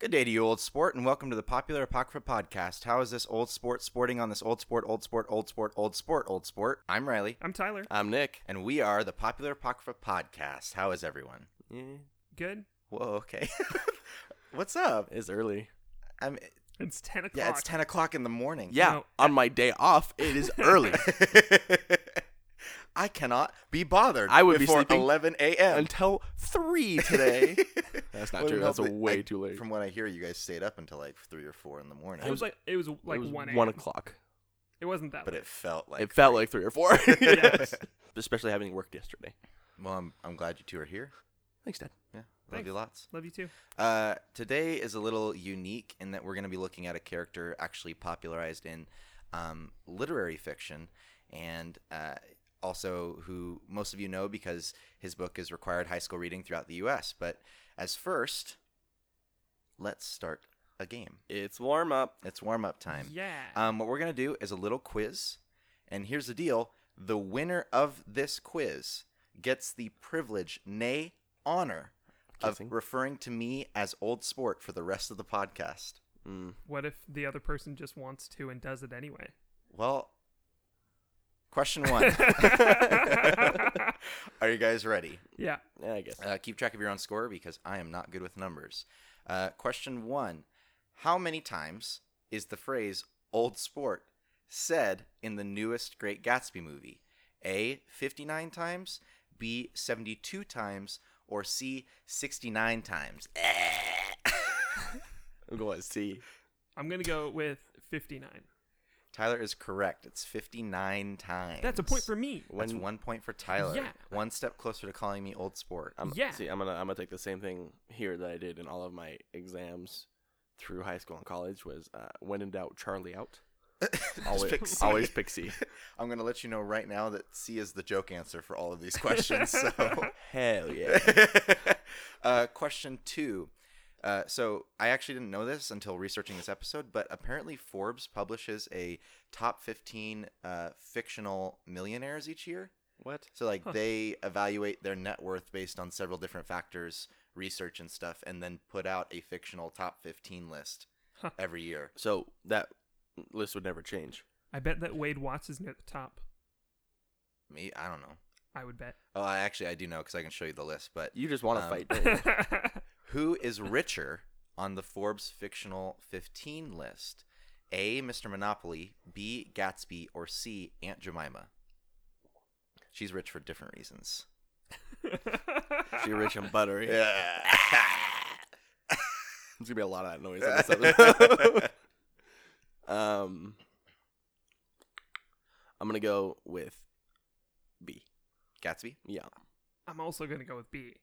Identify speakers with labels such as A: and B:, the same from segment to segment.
A: Good day to you, old sport, and welcome to the Popular Apocrypha Podcast. How is this old sport sporting on this old sport, old sport, old sport, old sport, old sport? I'm Riley,
B: I'm Tyler.
C: I'm Nick.
A: and we are the Popular Apocrypha Podcast. How is everyone?
C: Yeah,
B: Good.
A: Whoa, okay. What's up?
C: it's early.
A: I'm,
B: It's ten o'clock.
A: yeah, it's 10 o'clock in the morning.
C: Yeah,
B: No.
C: on my day off, it is early
A: I cannot be bothered.
C: I would be
A: before
C: sleeping
A: 11 a.m.
C: until three today. That's not
A: Well,
C: true.
A: no,
C: That's
A: but
C: way
A: I-
C: too late.
A: From what I hear, you guys stayed up until like three or four in the morning.
B: It was like it was like
C: it was
B: one.
C: one
B: a.m.
C: o'clock.
B: It wasn't that.
A: but
B: late.
A: it felt like.
C: it felt like three or four.
B: Yes.
C: Especially having worked yesterday.
A: well, I'm, I'm glad you two are here.
C: Thanks, Dad.
A: Yeah, love
B: Thanks.
A: you lots.
B: Love you too.
A: Uh, today is a little unique in that we're going to be looking at a character actually popularized in um, literary fiction and uh, also who most of you know because his book is required high school reading throughout the U.S. But as first, let's start a game.
C: It's warm up.
A: It's warm up time.
B: Yeah.
A: Um, what we're going to do is a little quiz. And here's the deal the winner of this quiz gets the privilege, nay, honor,
C: Kissing.
A: of referring to me as old sport for the rest of the podcast.
C: Mm.
B: what if the other person just wants to and does it anyway?
A: Well, question one Are you guys ready?
B: yeah.
C: Yeah, I guess.
A: Uh, keep track of your own score because I am not good with numbers. Uh, question one How many times is the phrase old sport said in the newest Great Gatsby movie? A, 59 times, B, 72 times, or C, 69 times?
C: I'm going to see.
B: I'm gonna go with fifty-nine.
A: Tyler is correct. It's 59 times.
B: That's a point for me.
A: That's
C: When-
A: one point for Tyler.
B: Yeah.
A: One step closer to calling me old sport.
C: I'm,
B: Yeah.
C: See, I'm gonna I'm gonna take the same thing here that I did in all of my exams through high school and college was uh, when in doubt, Charlie out. Always,
A: pick C.
C: always Pixie.
A: I'm going to let you know right now that C is the joke answer for all of these questions. So,
C: Hell yeah.
A: uh, question two. Uh, so, I actually didn't know this until researching this episode, but apparently Forbes publishes a top 15 uh, fictional millionaires each year.
C: What?
A: So, like, they evaluate their net worth based on several different factors, research and stuff, and then put out a fictional top 15 list
B: Huh.
A: every year.
C: So that list would never change.
B: I bet that Wade Watts is near the top.
A: Me, I don't know.
B: I would bet.
A: Oh, I actually I do know because I can show you the list. But
C: You just want to
A: Um,
C: fight. Don't you?
A: who is richer on the Forbes fictional 15 list? A. Mr. Monopoly, B. Gatsby, or C. Aunt Jemima. She's rich for different reasons.
C: She rich and buttery. There's gonna be a lot of that noise. On this episode. um, I'm gonna go with B.
A: Gatsby.
C: Yeah,
B: I'm also gonna go with B.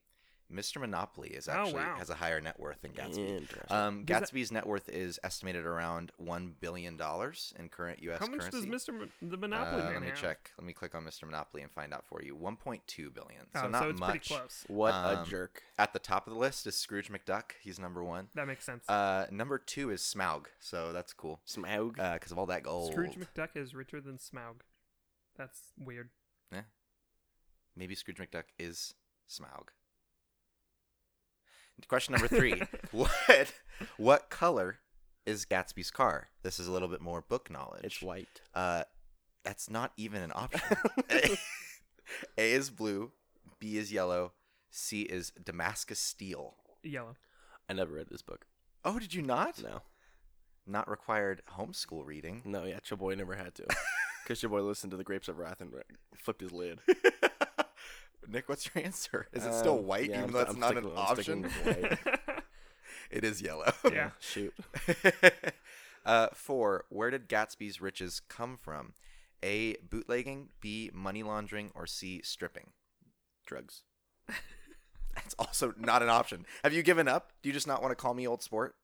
A: Mr. Monopoly is
B: Oh,
A: actually
B: wow.
A: has a higher net worth than Gatsby.
C: Interesting.
A: Um,
B: Does that-
A: Gatsby's net worth is estimated around one billion dollars in current U.S.
B: How much
A: currency.
B: does Mr. Mon- the Monopoly
A: Uh,
B: Man
A: Let me
B: have?
A: check. Let me click on Mr. Monopoly and find out for you. 1.2 billion.
B: Oh,
A: So not
B: so it's
A: much.
B: pretty close.
C: what
A: um,
C: a jerk.
A: At the top of the list is Scrooge McDuck. He's number one.
B: That makes sense.
A: Uh, number two is Smaug. So that's cool
C: Smaug.
A: because of all that gold.
B: Scrooge McDuck is richer than Smaug. That's weird.
A: Yeah. Maybe Scrooge McDuck is Smaug. Question number three: What what color is Gatsby's car? This is a little bit more book knowledge.
C: it's white.
A: Uh, that's not even an option. A is blue, B is yellow, C is Damascus steel.
B: Yellow.
C: I never read this book.
A: Oh, did you not?
C: No,
A: Not required homeschool reading.
C: no. Yeah, your boy never had to. Cause your boy listened to the Grapes of Wrath and re- flipped his lid.
A: Nick, what's your answer? Is it
C: Um,
A: still white,
C: yeah,
A: even
C: I'm
A: though
C: sti-
A: that's
C: I'm
A: not an
C: sticking- I'm sticking
A: option?
C: with white.
A: It is yellow.
B: Yeah.
C: Shoot.
A: uh, four. Where did Gatsby's riches come from? A. Bootlegging. B. Money laundering. Or C. Stripping.
C: Drugs.
A: That's also not an option. Have you given up? Do you just not want to call me old sport?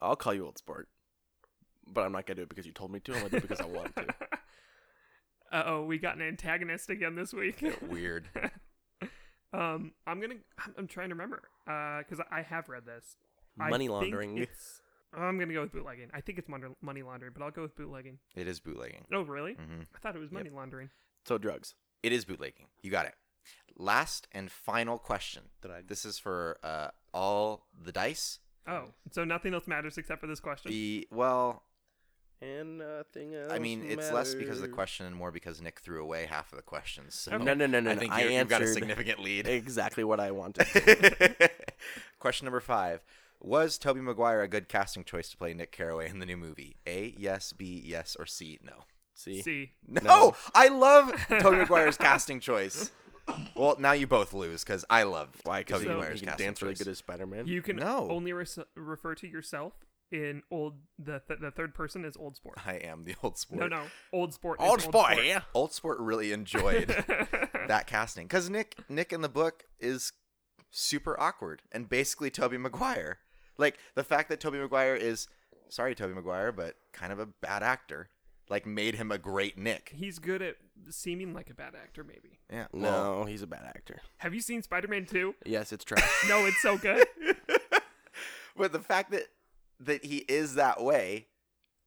C: I'll call you old sport, but I'm not gonna do it because you told me to. I'm gonna do it because I want to.
B: Uh oh, we got an antagonist again this week.
A: Weird.
B: um, I'm gonna. I'm, I'm trying to remember. Uh, because I have read this. I
C: Money
B: think
C: laundering.
B: it's- I'm gonna go with bootlegging. I think it's mon- money laundering, but I'll go with bootlegging.
A: It is bootlegging.
B: Oh, really?
C: Mm-hmm.
A: hmm
B: I thought it was money laundering.
C: So drugs.
A: It is bootlegging. You got it. Last and final question.
C: Did I-
A: This is for uh, all the dice
B: Oh, so nothing else matters except for this question.
A: The well,
C: And nothing else.
A: I mean, it's less because of the
C: matters.
A: question and more because Nick threw away half of the questions. So
B: Okay.
C: No, no, no, no.
A: I
C: no.
A: think
C: I
A: you- you've got a
C: answered
A: significant lead.
C: exactly what I wanted.
A: Question number five. Was Toby Maguire a good casting choice to play Nick Carraway in the new movie? A, yes, B, yes, or C, no.
C: See,
B: See,
A: No,
C: No.
A: I love Toby Maguire's casting choice. Well, now you both lose because I love
C: why? Because
A: Toby
C: he,
B: So-
A: Maguire's
C: he can
A: casting
C: dance really
A: choice.
C: good as Spider-Man.
B: you can
A: No.
B: only res- refer to yourself in old the th- the third person is old sport.
A: I am the old sport.
B: No, no, old sport. is
C: Old boy, yeah.
A: Old sport really enjoyed that casting because Nick Nick in the book is super awkward and basically Toby Maguire. Like the fact that Toby Maguire is sorry Toby Maguire, but kind of a bad actor, like made him a great Nick.
B: He's good at seeming like a bad actor. Maybe.
A: Yeah. well,
C: No, he's a bad actor.
B: Have you seen Spider Man Two?
C: Yes, it's trash.
B: No, it's so good.
A: but the fact that that he is that way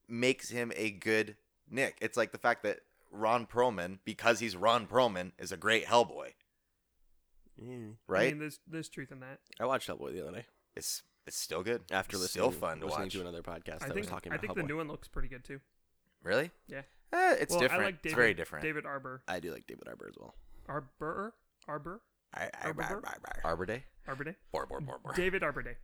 A: makes him a good Nick. It's like the fact that Ron Perlman, because he's Ron Perlman, is a great Hellboy,
C: Mm.
A: right?
B: I mean, there's there's truth in that.
C: I watched Hellboy the other day
A: it's it's still good.
C: after
A: it's still
C: listening,
A: fun to
C: listening
A: watch.
C: to another podcast
B: I
C: that
B: think
C: was talking
B: I
C: about
B: think the
C: Hellboy.
B: new one looks pretty good too.
A: Really?
B: Yeah.
A: Eh, it's
B: well,
A: different.
B: I like David,
A: it's very different.
B: David Arbor,
C: I do like David Arbor as well.
B: Arbor, Arbor,
C: I, I,
B: Arbor?
C: Arbor, Arbor.
A: Arbor Day.
B: Arbor Day.
A: Bor, bor, bor, bor.
B: David Arbor Day.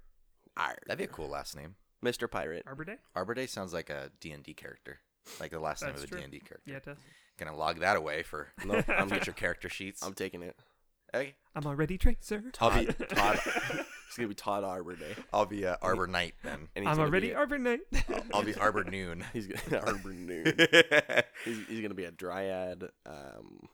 C: Arbor.
A: That'd be a cool last name.
C: Mr. Pirate.
B: Arbor Day.
A: Arbor Day sounds like a D&D character. Like the last name
B: That's
A: of a
B: true.
A: D&D character.
B: Yeah, it does.
A: Gonna log that away for
C: No, I'm,
A: future character sheets.
C: I'm taking it.
A: Okay.
B: I'm already Tracer.
A: Todd-
C: Todd. Todd. it's gonna be Todd Arbor Day.
A: I'll be uh, Arbor Knight then.
C: And
B: I'm
C: gonna
B: already
C: Be a,
B: Arbor Knight.
A: I'll be Arbor Noon.
C: he's gonna, Arbor Noon. He's, he's gonna be a dryad. Um,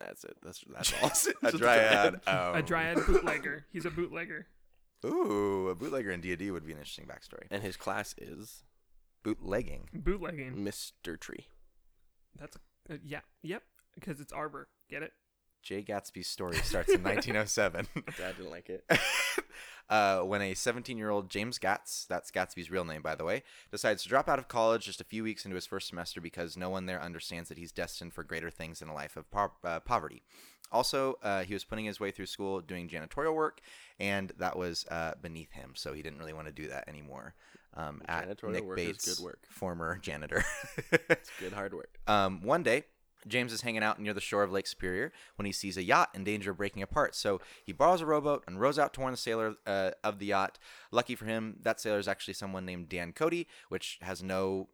C: that's it. That's that's all. Just
A: a dryad. Um,
B: a dryad bootlegger. He's a bootlegger.
A: Ooh, a bootlegger in D&D would be an interesting backstory.
C: And his class is
A: Bootlegging. Mm.
B: Bootlegging.
C: Mr. Tree.
B: That's a, uh, yeah. Yep. Because it's Arbor. Get it?
A: Jay Gatsby's story starts in 1907.
C: Dad didn't like it.
A: uh, when a 17 year old James Gatz, that's Gatsby's real name, by the way, decides to drop out of college just a few weeks into his first semester because no one there understands that he's destined for greater things in a life of po- uh, poverty. Also, uh, he was putting his way through school doing janitorial work, and that was uh, beneath him, so he didn't really want to do that anymore. Um, at
C: Janitorial
A: Nick
C: work is
A: Bates,
C: good work.
A: former janitor.
C: Good hard work.
A: Um, one day, James is hanging out near the shore of Lake Superior when he sees a yacht in danger of breaking apart. So he borrows a rowboat and rows out to warn the sailor uh, of the yacht. Lucky for him, that sailor is actually someone named Dan Cody, which has no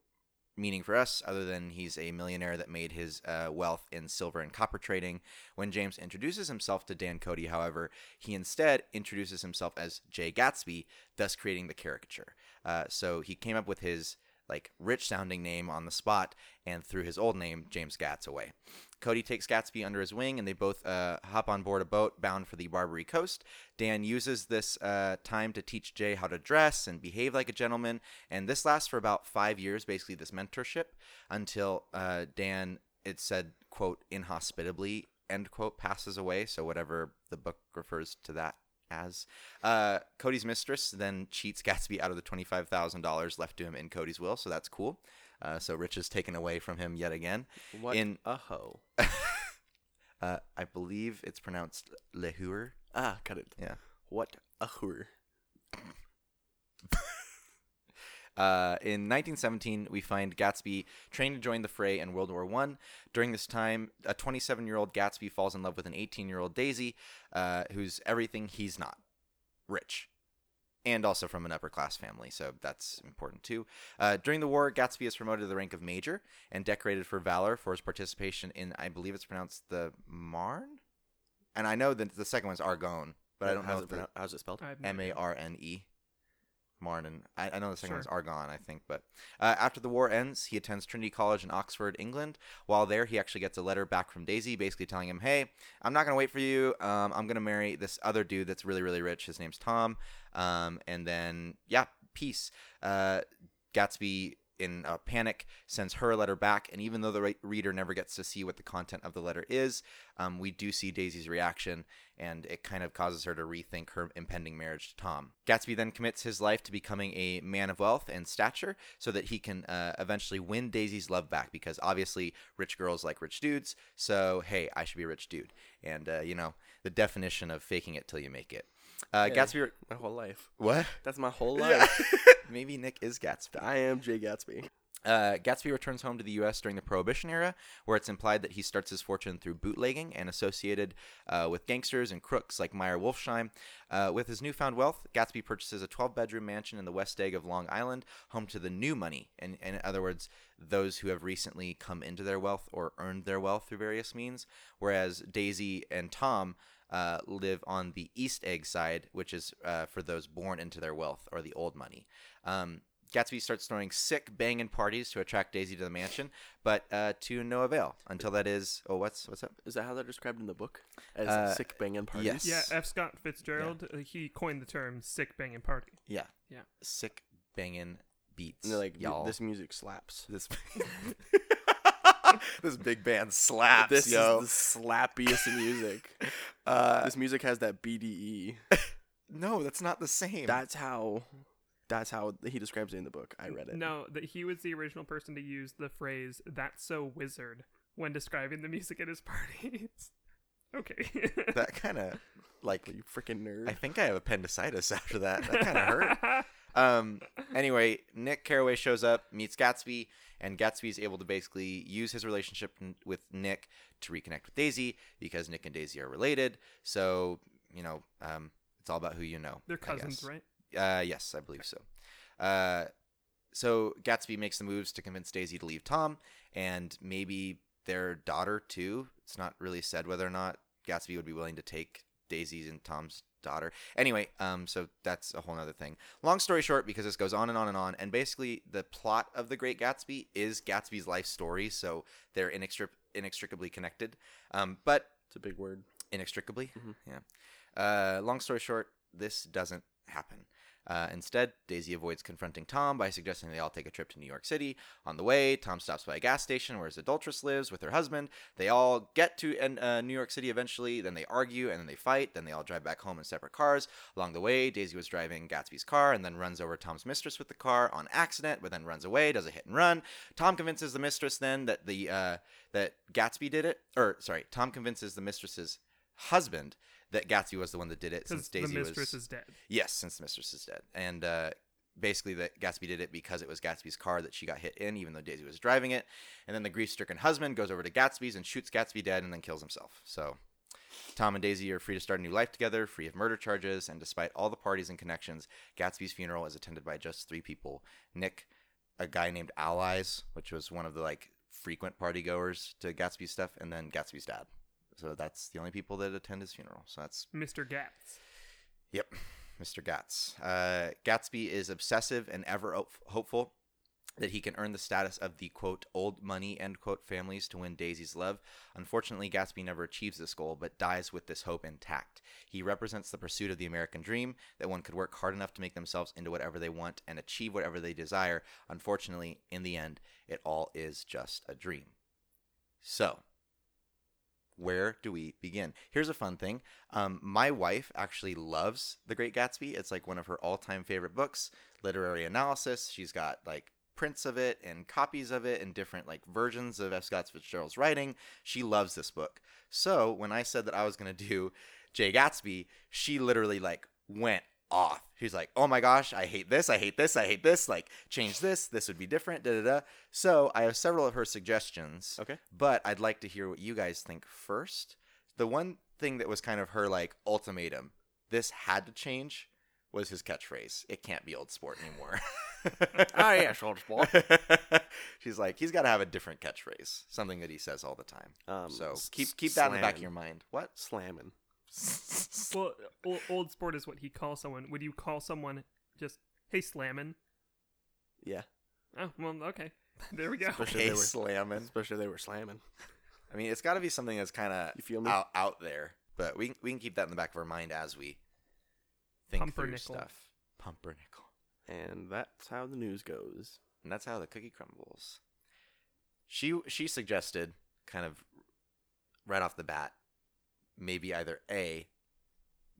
A: meaning for us other than he's a millionaire that made his uh, wealth in silver and copper trading. When James introduces himself to Dan Cody, however, he instead introduces himself as Jay Gatsby, thus creating the caricature. Uh, so he came up with his like rich sounding name on the spot and threw his old name James Gatz away. Cody takes Gatsby under his wing, and they both uh, hop on board a boat bound for the Barbary coast. Dan uses this uh, time to teach Jay how to dress and behave like a gentleman, and this lasts for about five years, basically this mentorship, until uh, Dan, it said, quote, inhospitably, end quote, passes away. So whatever the book refers to that as. Uh, Cody's mistress then cheats Gatsby out of the $25,000 left to him in Cody's will, so that's cool. Uh, so Rich is taken away from him yet again.
C: What
A: In-
C: a hoe.
A: Uh, I believe it's pronounced Lehur.
C: Ah, cut it.
A: Yeah.
C: What a whore.
A: Uh, in 1917, we find Gatsby trained to join the fray in World War One. During this time, a 27-year-old Gatsby falls in love with an 18-year-old Daisy, uh, who's everything he's not: rich, and also from an upper-class family. So that's important too. Uh, during the war, Gatsby is promoted to the rank of major and decorated for valor for his participation in, I believe it's pronounced the Marne. And I know that the second one's Argonne, but I don't know
C: how's
A: if
C: it,
A: the
C: pronoun- how's it spelled.
B: I have no
A: M A
B: idea.
A: R N E. Marnin. I, I know the second
B: Sure.
A: one's Argonne, I think, but uh, after the war ends, he attends Trinity College in Oxford, England. While there, he actually gets a letter back from Daisy, basically telling him, "Hey, I'm not gonna wait for you. Um, I'm gonna marry this other dude that's really, really rich. His name's Tom. Um, and then, yeah, peace." Uh, Gatsby, in a panic, sends her a letter back, and even though the re- reader never gets to see what the content of the letter is, um, we do see Daisy's reaction, and it kind of causes her to rethink her impending marriage to Tom. Gatsby then commits his life to becoming a man of wealth and stature so that he can uh, eventually win Daisy's love back because obviously rich girls like rich dudes, so hey, I should be a rich dude. And, uh, you know, the definition of faking it till you make it. Uh,
C: Hey.
A: Gatsby.
C: My whole life.
A: What?
C: That's my whole
A: Yeah.
C: life.
A: Maybe Nick is Gatsby.
C: I am Jay Gatsby.
A: Uh, Gatsby returns home to the U.S. during the Prohibition era, where it's implied that he starts his fortune through bootlegging and associated uh, with gangsters and crooks like Meyer Wolfsheim. Uh, with his newfound wealth, Gatsby purchases a 12 bedroom mansion in the West Egg of Long Island, home to the new money. In, in other words, those who have recently come into their wealth or earned their wealth through various means, whereas Daisy and Tom. Uh, live on the East Egg side, which is uh, for those born into their wealth or the old money. Um, Gatsby starts throwing sick banging parties to attract Daisy to the mansion, but uh, to no avail until that is oh what's what's up?
C: Is that how they're described in the book? As
A: Uh,
C: sick banging parties?
A: yes.
B: Yeah, F. Scott Fitzgerald, uh he coined the term sick banging party.
A: Yeah,
B: Yeah.
A: sick banging beats.
C: And they're like,
A: y'all,
C: this music slaps.
A: this this big band slaps,
C: this
A: yo.
C: is the slappiest music.
A: uh,
C: this music has that E. BDE.
A: no, that's not the same.
C: That's how. That's how he describes it in the book. I read it.
B: No, that he was the original person to use the phrase "that's so wizard" when describing the music at his parties. okay.
A: that kind of like
C: you freaking nerd.
A: I think I have appendicitis after that. That kind of hurt. Um. Anyway, Nick Carraway shows up, meets Gatsby, and Gatsby is able to basically use his relationship n- with Nick to reconnect with Daisy because Nick and Daisy are related. So you know, um, it's all about who you know.
B: They're
A: I
B: cousins,
A: guess.
B: right?
A: Uh, yes, I believe so. Uh, so Gatsby makes the moves to convince Daisy to leave Tom and maybe their daughter too. It's not really said whether or not Gatsby would be willing to take Daisy's and Tom's daughter. Anyway, um, so that's a whole nother thing. Long story short, because this goes on and on and on, and basically the plot of The Great Gatsby is Gatsby's life story, so they're inextric- inextricably connected. Um, but
C: It's a big word.
A: inextricably.
C: Mhm.
A: Yeah. Uh, long story short, this doesn't happen. Uh, instead, Daisy avoids confronting Tom by suggesting they all take a trip to New York City. On the way, Tom stops by a gas station where his adulteress lives with her husband. They all get to an- uh, New York City eventually. Then they argue and then they fight. Then they all drive back home in separate cars. Along the way, Daisy was driving Gatsby's car and then runs over Tom's mistress with the car on accident, but then runs away, does a hit and run. Tom convinces the mistress then that the uh, that Gatsby did it, or sorry, Tom convinces the mistress's husband that Gatsby was the one that did it since
B: Because the
A: Daisy
B: mistress
A: was
B: is dead.
A: yes, since the mistress is dead, and uh, basically that Gatsby did it because it was Gatsby's car that she got hit in, even though Daisy was driving it, and then the grief-stricken husband goes over to Gatsby's and shoots Gatsby dead, and then kills himself. So. Tom and Daisy are free to start a new life together, free of murder charges, and despite all the parties and connections, Gatsby's funeral is attended by just three people Nick, a guy named Allies, which was one of the like frequent party goers to Gatsby stuff, and then Gatsby's dad. So that's the only people that attend his funeral. So that's
B: Mr. Gats.
A: Yep, Mr. Gats. Uh, Gatsby is obsessive and ever ho- hopeful that he can earn the status of the quote old money end quote families to win Daisy's love. Unfortunately, Gatsby never achieves this goal, but dies with this hope intact. He represents the pursuit of the American dream that one could work hard enough to make themselves into whatever they want and achieve whatever they desire. Unfortunately, in the end, it all is just a dream. So, where do we begin? Here's a fun thing. Um, my wife actually loves The Great Gatsby. It's like one of her all time favorite books, literary analysis. She's got like prints of it and copies of it and different like versions of F. Scott Fitzgerald's writing. She loves this book. So when I said that I was going to do Jay Gatsby, she literally like went off. She's like, oh my gosh, I hate this. I hate this. I hate this. Like, change this. This would be different. Da da da. So I have several of her suggestions
C: Okay.
A: but I'd like to hear what you guys think first. The one thing that was kind of her like ultimatum, this had to change, was his catchphrase. It can't be old sport anymore.
C: I am Ah, shoulder ball.
A: She's like, he's got to have a different catchphrase, something that he says all the time.
C: Um,
A: so
C: s-
A: keep keep that in the back of
C: slamming.
A: your mind. What?
C: Slamming.
B: Well, o- old sport is what he calls someone. Would you call someone just, hey, slammin'?
C: Yeah.
B: Oh, well, okay. There we go.
C: Especially
A: Hey,
C: if they were,
A: slamming.
C: especially if they were slamming.
A: I mean, it's got to be something that's kind of
C: You feel me?
A: out out there, but we can- we can keep that in the back of our mind as we think through
B: Pumpernickel.
A: stuff. Pumpernickel.
C: And that's how the news goes.
A: and that's how the cookie crumbles. She she suggested kind of right off the bat, maybe either a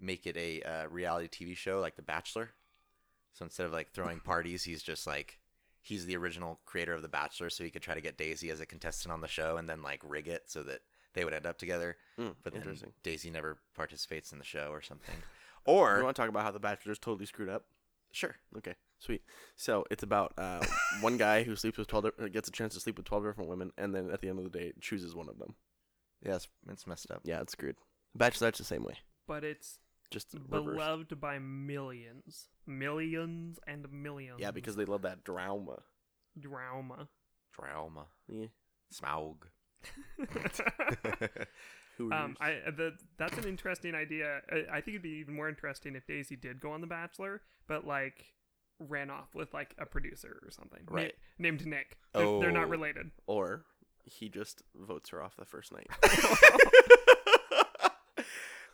A: make it a uh, reality TV show like The Bachelor. So instead of like throwing parties, he's just like he's the original creator of The Bachelor, so he could try to get Daisy as a contestant on the show and then like rig it so that they would end up together.
C: Mm,
A: But then
C: interesting.
A: Daisy never participates in the show or something. Or
C: You want to talk about how The Bachelor's totally screwed up?
A: sure,
C: Okay, sweet. So it's about uh, one guy who sleeps with twelve, di- or gets a chance to sleep with twelve different women, and then at the end of the day, chooses one of them.
A: yeah, it's, it's messed up.
C: Yeah, it's screwed. Bachelorette's the same way,
B: but it's
C: just reversed.
B: beloved by millions, millions and millions.
C: Yeah, because they love that drama.
B: drama.
A: Trauma.
C: Yeah.
A: Smaug.
C: Who
B: um,
C: is-
B: I the, that's an interesting idea. I, I think it'd be even more interesting if Daisy did go on The Bachelor, but like ran off with like a producer or something, Na-
A: Right.
B: named Nick. They're, they're
A: Oh.
B: not related.
C: or he just votes her off the first night.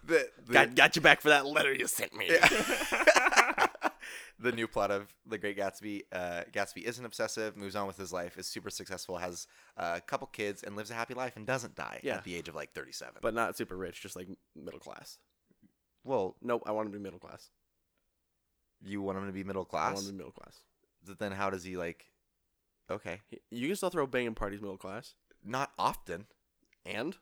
A: the, the,
C: got, got you back for that letter you sent me.
A: Yeah. the new plot of The Great Gatsby. Uh, Gatsby isn't obsessive, moves on with his life, is super successful, has uh, a couple kids, and lives a happy life and doesn't die
C: Yeah.
A: at the age of like 37.
C: But not super rich, just like middle class.
A: well,
C: Nope, I want him to be middle class.
A: you want him to be middle
C: I want him
A: class?
C: to be middle class.
A: Th- Then how does he like? Okay,
C: He- You can still throw banging parties middle class.
A: not often.
C: And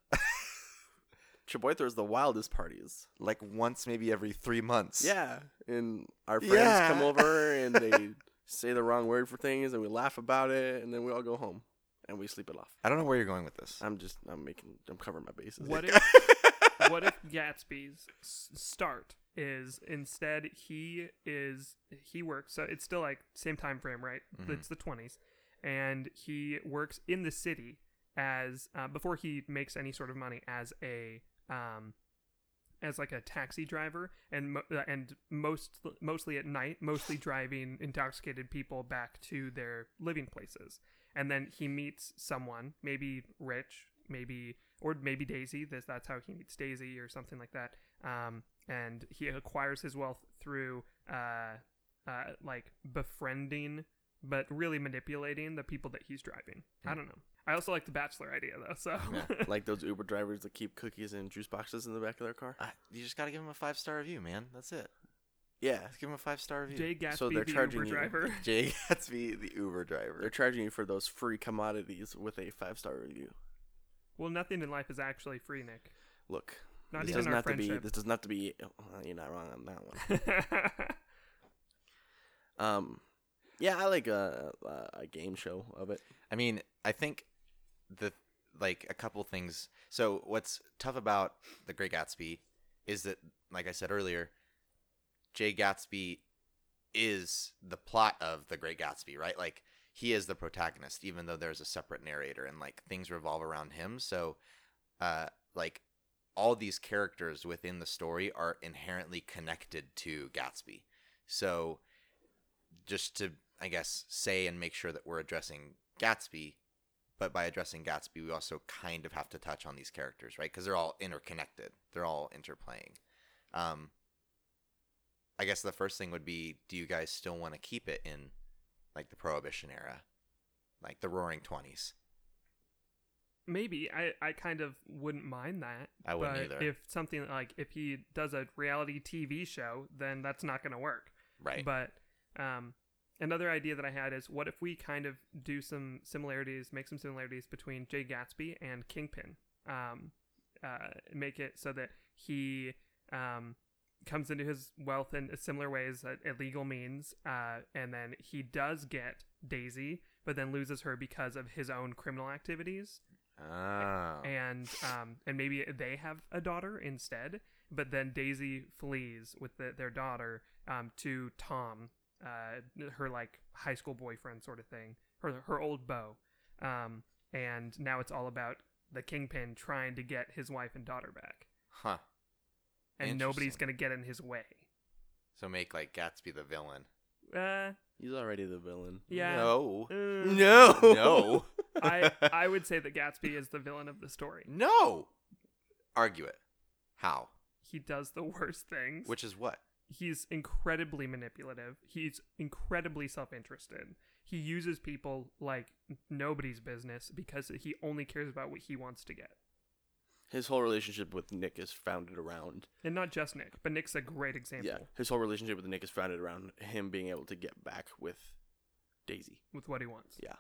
C: Chaboy throws the wildest parties.
A: Like once, maybe every three months.
C: Yeah. And our friends
A: Yeah.
C: come over and they say the wrong word for things and we laugh about it and then we all go home and we sleep it off.
A: I don't know where you're going with this.
C: I'm just I'm making I'm covering my bases.
B: What if what if Gatsby's s- start is instead he is he works so it's still like same time frame right
A: Mhm.
B: it's the 20s and he works in the city as uh, before he makes any sort of money as a um as like a taxi driver and mo- uh, and most mostly at night mostly driving intoxicated people back to their living places and then he meets someone maybe rich maybe or maybe daisy this that's how he meets daisy or something like that um and he acquires his wealth through uh uh like befriending but really manipulating the people that he's driving i
C: Hmm.
B: don't know i also like the bachelor idea though so
C: like those Uber drivers that keep cookies and juice boxes in the back of their car?
A: I- you just gotta give him a five star review, man. That's it.
C: Yeah.
A: Just give him a five star review.
B: Jay Gatsby,
C: So they're
B: the
C: charging
B: Uber
C: you-
B: driver.
A: Jay Gatsby, the Uber
C: They're
A: driver.
C: charging you for those free commodities with a five star review.
B: Well, nothing in life is actually free, Nick.
C: Look,
B: Not
C: this
B: even
C: does
B: our
C: not to be.
B: friendship.
C: This does not to be. oh, you're not wrong on that one. Um, yeah, I like a, a a game show of it.
A: I mean, I think the like a couple things. So what's tough about the Great Gatsby is that, like I said earlier, Jay Gatsby is the plot of the Great Gatsby, right? Like he is the protagonist, even though there's a separate narrator, and like things revolve around him. So, uh, like all these characters within the story are inherently connected to Gatsby. So, just to I guess say and make sure that we're addressing Gatsby, but by addressing Gatsby, we also kind of have to touch on these characters, right? Because they're all interconnected. They're all interplaying. Um, I guess the first thing would be: Do you guys still want to keep it in, like the Prohibition era, like the Roaring Twenties?
B: Maybe I, I kind of wouldn't mind that.
A: I wouldn't
B: but
A: either.
B: If something like if he does a reality TV show, then that's not going to work.
A: Right.
B: But um, another idea that I had is what if we kind of do some similarities, make some similarities between Jay Gatsby and Kingpin. Um, uh, make it so that he um, comes into his wealth in similar ways, uh, illegal means, uh, and then he does get Daisy, but then loses her because of his own criminal activities
A: oh.
B: and um, and maybe they have a daughter instead. But then Daisy flees with the, their daughter um, to Tom, uh, her like high school boyfriend sort of thing, her her old beau, um, and now it's all about the kingpin trying to get his wife and daughter back,
A: Huh.
B: and nobody's
A: Interesting.
B: gonna get in his way.
A: So make like Gatsby the villain.
B: Uh,
C: He's already the villain.
B: yeah.
A: No.
B: Uh,
A: No. No.
B: I I would say that Gatsby is the villain of the story.
A: no. Argue it. How?
B: He does the worst things.
A: Which is what?
B: he's incredibly manipulative. He's incredibly self-interested. He uses people like nobody's business because he only cares about what he wants to get.
C: His whole relationship with Nick is founded around.
B: And not just Nick, but Nick's a great example
C: Yeah, his whole relationship with Nick is founded around him being able to get back with Daisy.
B: with what he wants.
C: Yeah,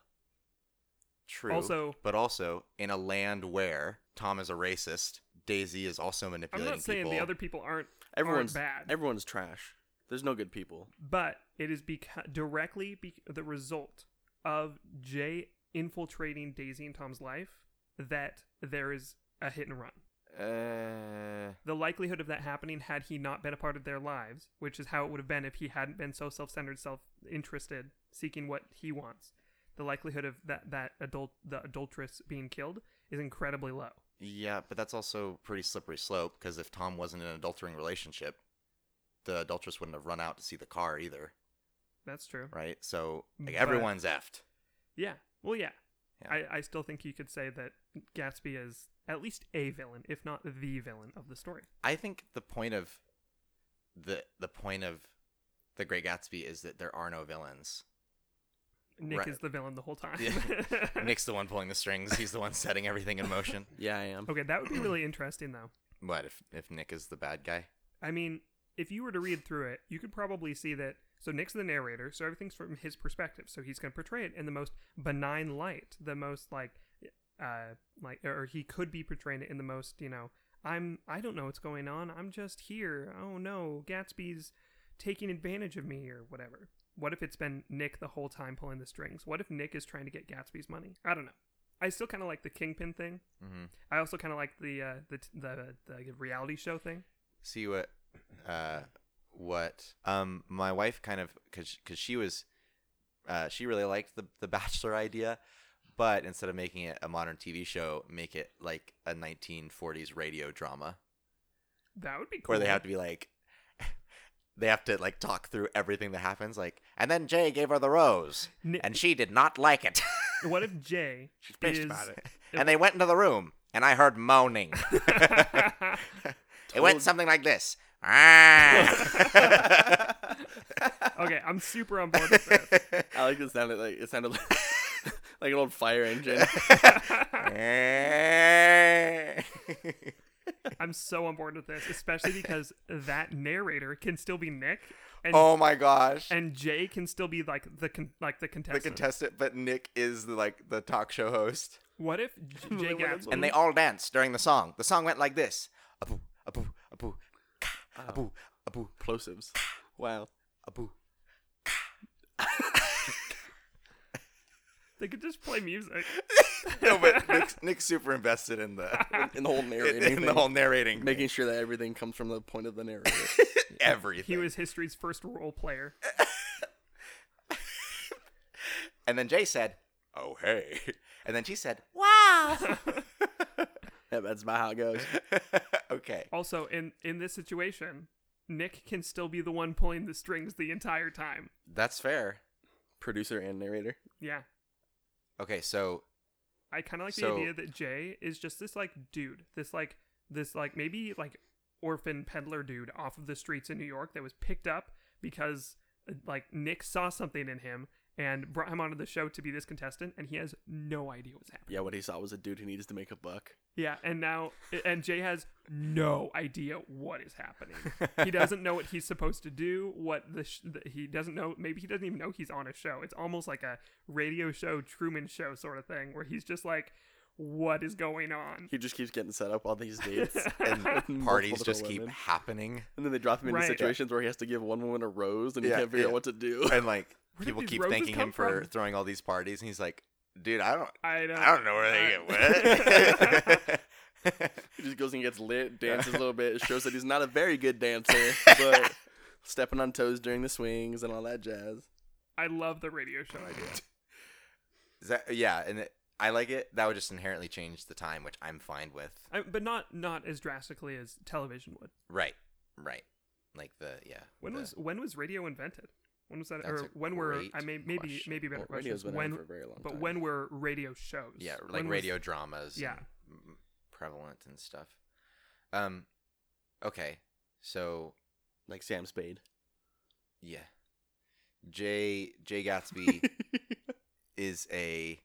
A: True.
B: Also-
A: but also in a land where Tom is a racist, Daisy is also
B: I'm
A: manipulating
B: not saying
A: people.
B: the other people aren't
C: Everyone's
B: bad.
C: Everyone's trash. There's no good people.
B: but it is beca- directly be- the result of Jay infiltrating Daisy and Tom's life that there is a hit and run.
A: Uh,
B: The likelihood of that happening had he not been a part of their lives, which is how it would have been if he hadn't been so self-centered, self-interested, seeking what he wants. The likelihood of that that adult the adulteress being killed is incredibly low.
A: yeah, but that's also pretty slippery slope because if Tom wasn't in an adultering relationship, the adulteress wouldn't have run out to see the car either,
B: That's true.
A: right? So like,
B: But-
A: everyone's effed.
B: Yeah. Well, yeah.
A: Yeah.
B: I, I still think you could say that Gatsby is at least a villain, if not the villain of the story.
A: I think the point of the the point of the Great Gatsby is that there are no villains.
B: Nick
A: Right.
B: is the villain the whole time.
A: Yeah. Nick's the one pulling the strings. He's the one setting everything in motion.
C: Yeah, I am.
B: okay, that would be really interesting, though.
A: What if if Nick is the bad guy?
B: I mean, if you were to read through it, you could probably see that. So Nick's the narrator, so everything's from his perspective. So he's going to portray it in the most benign light, the most like, uh, like, or he could be portraying it in the most, you know, I'm, I don't know what's going on. I'm just here. Oh no, Gatsby's taking advantage of me or whatever. What if it's been Nick the whole time pulling the strings? What if Nick is trying to get Gatsby's money? I don't know. I still kind of like the kingpin thing.
A: Mm-hmm.
B: I also kind of like the, uh, the the the reality show thing.
A: see what uh what um my wife kind of cuz cuz she was uh she really liked the the bachelor idea but instead of making it a modern TV show make it like a 1940s radio drama
B: That would be cool.
A: where they have to be like they have to like talk through everything that happens like and then Jay gave her the rose
B: Ni-
A: and she did not like it
B: What if Jay
C: She's
B: is
C: pissed about it.
A: and they went into the room and I heard moaning it went
C: Told-
A: something like this Ah.
B: okay? I'm super on board with this.
C: I like it sounded like it sounded like, like an old fire engine.
B: Eh. I'm so on board with this, especially because that narrator can still be Nick, and
A: oh my gosh.
B: and Jay can still be like the con- like the
A: the
B: contestant.
A: contestant, but Nick is the, like the talk show host.
B: What if J- Jay
C: What if-
B: Gatsby?
A: And they all danced during the song. The song went like this. Aboo, aboo, aboo, ka,
B: Oh.
A: aboo, aboo,
C: Plosives. Wow.
A: aboo.
B: they could just play music.
A: No, but Nick's, Nick's super invested in the
C: In the whole
A: in,
C: narrating,
A: the
C: thing.
A: whole narrating,
C: making sure that everything comes from the point of the narrator.
A: everything.
B: He was history's first role player.
A: and then Jay said, "Oh hey," and then she said, "Wow."
C: Yeah, that's about how it goes.
A: okay.
B: Also, in in this situation, Nick can still be the one pulling the strings the entire time.
A: That's fair.
C: Producer and narrator.
B: Yeah.
A: Okay, so
B: I kind of like
A: So-
B: the idea that Jay is just this like dude, this like this like maybe like orphan peddler dude off of the streets in New York that was picked up because uh, like Nick saw something in him and brought him onto the show to be this contestant, and he has no idea what's happening.
C: Yeah, what he saw was a dude who needs to make a buck.
B: Yeah, and now and Jay has no idea what is happening. he doesn't know what he's supposed to do. What the, sh- the he doesn't know. Maybe he doesn't even know he's on a show. It's almost like a radio show, Truman Show sort of thing, where he's just like, "What is going on?" uh,
C: He just keeps getting set up all these dates.
A: and
C: Multiple
A: parties
C: different
A: just keep
C: women.
A: happening,
C: And then they drop him into
B: Right.
C: situations where he has to give one woman a rose and he
A: Yeah,
C: can't figure
A: yeah.
C: out what to do.
A: and like
B: Where did
A: people
B: these
A: keep
B: roses
A: thanking
B: come
A: him for
B: from?
A: throwing all these parties, and he's like, "Dude, I don't,
B: I don't.
A: I don't know where
B: I-
A: they get what."
C: He just goes and gets lit, dances a little bit. It shows that he's not a very good dancer, but stepping on toes during the swings and all that jazz.
B: I love the radio show idea.
A: Is that yeah? And it, I like it. That would just inherently change the time, which I'm fine with.
B: I, but not not as drastically as television would.
A: Right, right. Like the yeah.
B: When
A: the-
B: was when was radio invented? When was that?
A: That's
B: or
A: a
B: when were I
A: great
B: may, maybe
A: question.
B: maybe a better
C: Well,
B: question
C: radio's
B: is
C: been
B: when,
C: around for a very long
B: but
C: time.
B: when were radio shows?
A: yeah
B: When
A: like
B: was-
A: radio dramas
B: Yeah.
A: and m- prevalent and stuff um okay so
C: Like Sam Spade.
A: yeah jay jay gatsby is a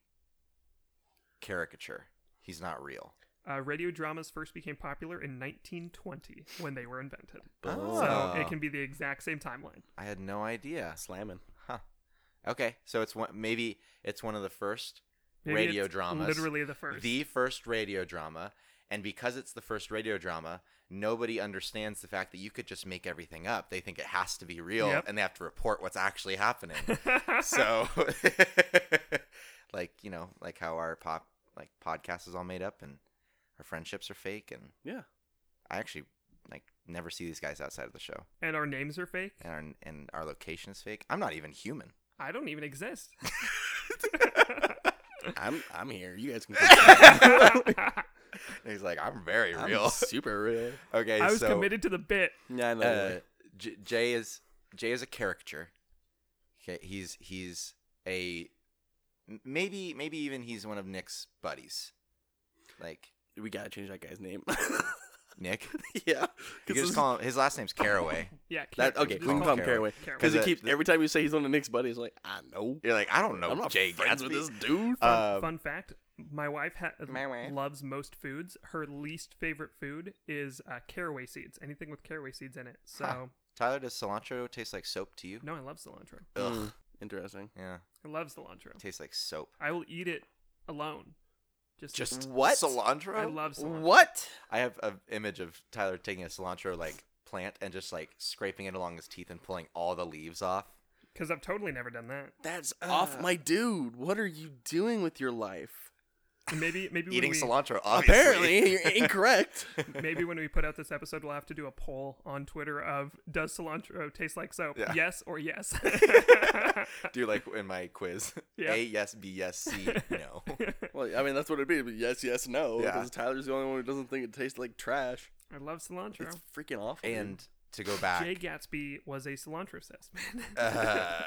A: caricature he's not real
B: Uh, radio dramas first became popular in 1920 when they were invented.
A: Oh.
C: uh,
B: So it can be the exact same timeline.
A: i had no idea
C: Slamming.
A: huh okay so it's one maybe it's one of the first
B: Maybe
A: radio
B: it's
A: dramas
B: Literally the first.
A: the first radio drama And because it's the first radio drama, nobody understands the fact that you could just make everything up. They think it has to be real
B: Yep.
A: and they have to report what's actually happening. so like, you know, like how our pop like podcast is all made up and our friendships are fake and
C: Yeah.
A: I actually like never see these guys outside of the show.
B: and our names are fake.
A: And our and our location is fake. I'm not even human.
B: I don't even exist.
C: I'm I'm here. You guys can.
A: He's like, I'm very
C: I'm
A: real.
C: super real.
A: okay,
B: I was
A: so
B: committed to the bit.
C: Yeah, I know.
A: uh, J- Jay is Jay is a caricature. Okay, he's he's a m- maybe maybe even he's one of Nick's buddies, like
C: we gotta change that guy's name.
A: Nick.
C: yeah,
A: You can just call him. His last name's Caraway.
B: Yeah.
C: that.
B: character.
C: Okay,
B: Just
C: we can
B: call
C: call
B: him
C: him
A: Caraway.
C: Caraway
B: character.
C: because he
A: Uh,
C: keeps every time you say he's on the Nick's buddy, he's like, I know.
A: You're like, I don't know.
C: I'm not
A: Jay
C: friends
A: Gatsby.
C: with this dude.
B: Fun,
A: Um,
B: fun fact: My wife, ha-
A: My wife.
B: loves most foods. Her least favorite food is uh, caraway seeds. Anything with caraway seeds in it. So
A: Huh. Tyler, does cilantro taste like soap to you?
B: no, I love cilantro.
A: Ugh.
C: Interesting.
A: Yeah,
B: I love cilantro.
A: it tastes like soap.
B: I will eat it alone. Just,
A: Just
C: What?
A: cilantro?
B: I love cilantro.
C: What?
A: I have an image of Tyler taking a cilantro like plant and just like scraping it along his teeth and pulling all the leaves off.
B: because I've totally never done that.
C: That's off my dude. What are you doing with your life?
B: And maybe maybe when
A: Eating
B: we,
A: cilantro, obviously.
C: Apparently, you're incorrect.
B: maybe when we put out this episode, we'll have to do a poll on Twitter of does cilantro taste like soap?
A: Yeah.
B: Yes or yes.
A: Do like in my quiz.
B: Yeah.
A: A yes, B yes, C no.
C: well, I mean, that's what it'd be. But yes, yes, no.
A: Yeah.
C: Because Tyler's the only one who doesn't think it tastes like trash.
B: I love cilantro.
C: It's freaking awful. dude.
A: And to go back,
B: Jay Gatsby was a cilantro salesman.
A: uh,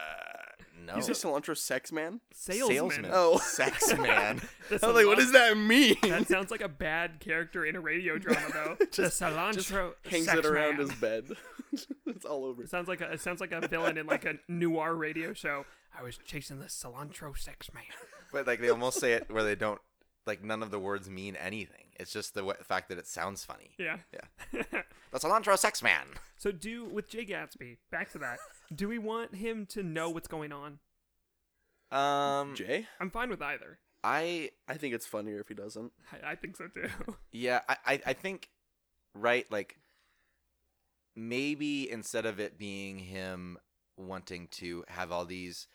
A: no.
C: he's a cilantro sex man.
B: salesman.
C: Oh.
A: sex man.
B: The
C: I was like, what
B: cilantro-
C: does that mean?
B: That sounds like a bad character in a radio drama, though. the
C: Just
B: cilantro
C: hangs
B: sex
C: it around
B: man.
C: his bed. it's all over.
B: It sounds like a it sounds like a villain in like a noir radio show. I was chasing the cilantro sex man.
A: But like they almost say it where they don't like none of the words mean anything. It's just the w- fact that it sounds funny.
B: Yeah. Yeah.
A: The cilantro sex man.
B: so do with Jay Gatsby. Back to that. Do we want him to know what's going on?
A: Um,
C: Jay,
B: I'm fine with either.
A: I
C: I think it's funnier if he doesn't.
B: I, I think so too.
A: Yeah, I, I, I think, right, like maybe instead of it being him wanting to have all these,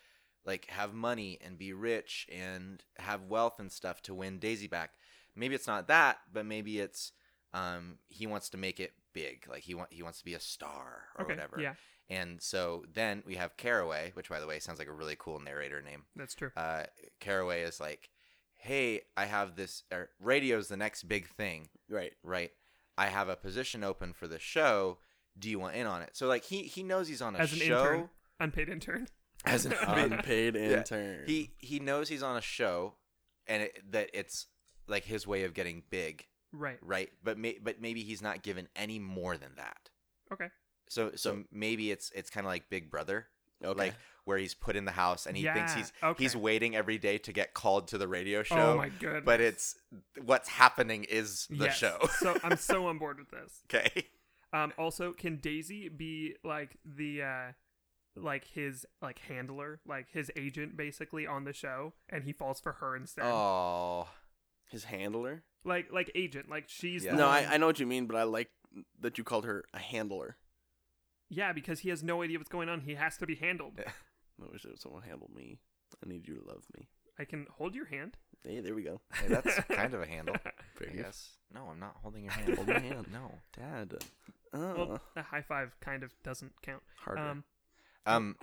A: like, have money and be rich and have wealth and stuff to win Daisy back, maybe it's not that, but maybe it's um, he wants to make it big. Like, he, want, he wants to be a star or
B: okay.
A: whatever.
B: Yeah,
A: And so then we have Caraway, which, by the way, sounds like a really cool narrator name
B: that's true.
A: uh, Caraway is like, "Hey, I have this. Or radio's the next big thing,
C: Right.
A: right? I have a position open for the show. Do you want in on it?" So like he he knows he's on a
B: As an
A: show
B: intern, unpaid intern.
A: as an
C: Unpaid
A: Yeah.
C: intern.
A: he he knows he's on a show, and it, that it's like his way of getting big,
B: Right.
A: right? But may, but maybe he's not given any more than that.
B: Okay.
A: So so maybe it's it's kind of like Big Brother,
C: okay.
A: like where he's put in the house and he thinks
B: Yeah,
A: he's
B: okay.
A: he's waiting every day to get called to the radio show.
B: oh my goodness.
A: but it's what's happening is the
B: Yes.
A: show.
B: so I'm so on board with this.
A: Okay.
B: Um, also, can Daisy be like the uh, like his like handler, like his agent, basically on the show, and he falls for her instead?
A: Oh.
C: his handler.
B: Like like agent, like she's
A: Yeah.
B: the
C: No,
B: one-
C: I, I know what you mean, but I like that you called her a handler.
B: yeah, because he has no idea what's going on. He has to be handled.
C: I wish that someone handled me. I need you to love me.
B: I can hold your hand.
C: Hey, there we go.
A: Hey, that's kind of a handle. I
C: Very
A: guess. No, I'm not holding your hand.
C: Hold my hand.
A: No.
C: Dad. Oh,
B: Well, a high five kind of doesn't count.
C: harder.
B: Um,
A: Um.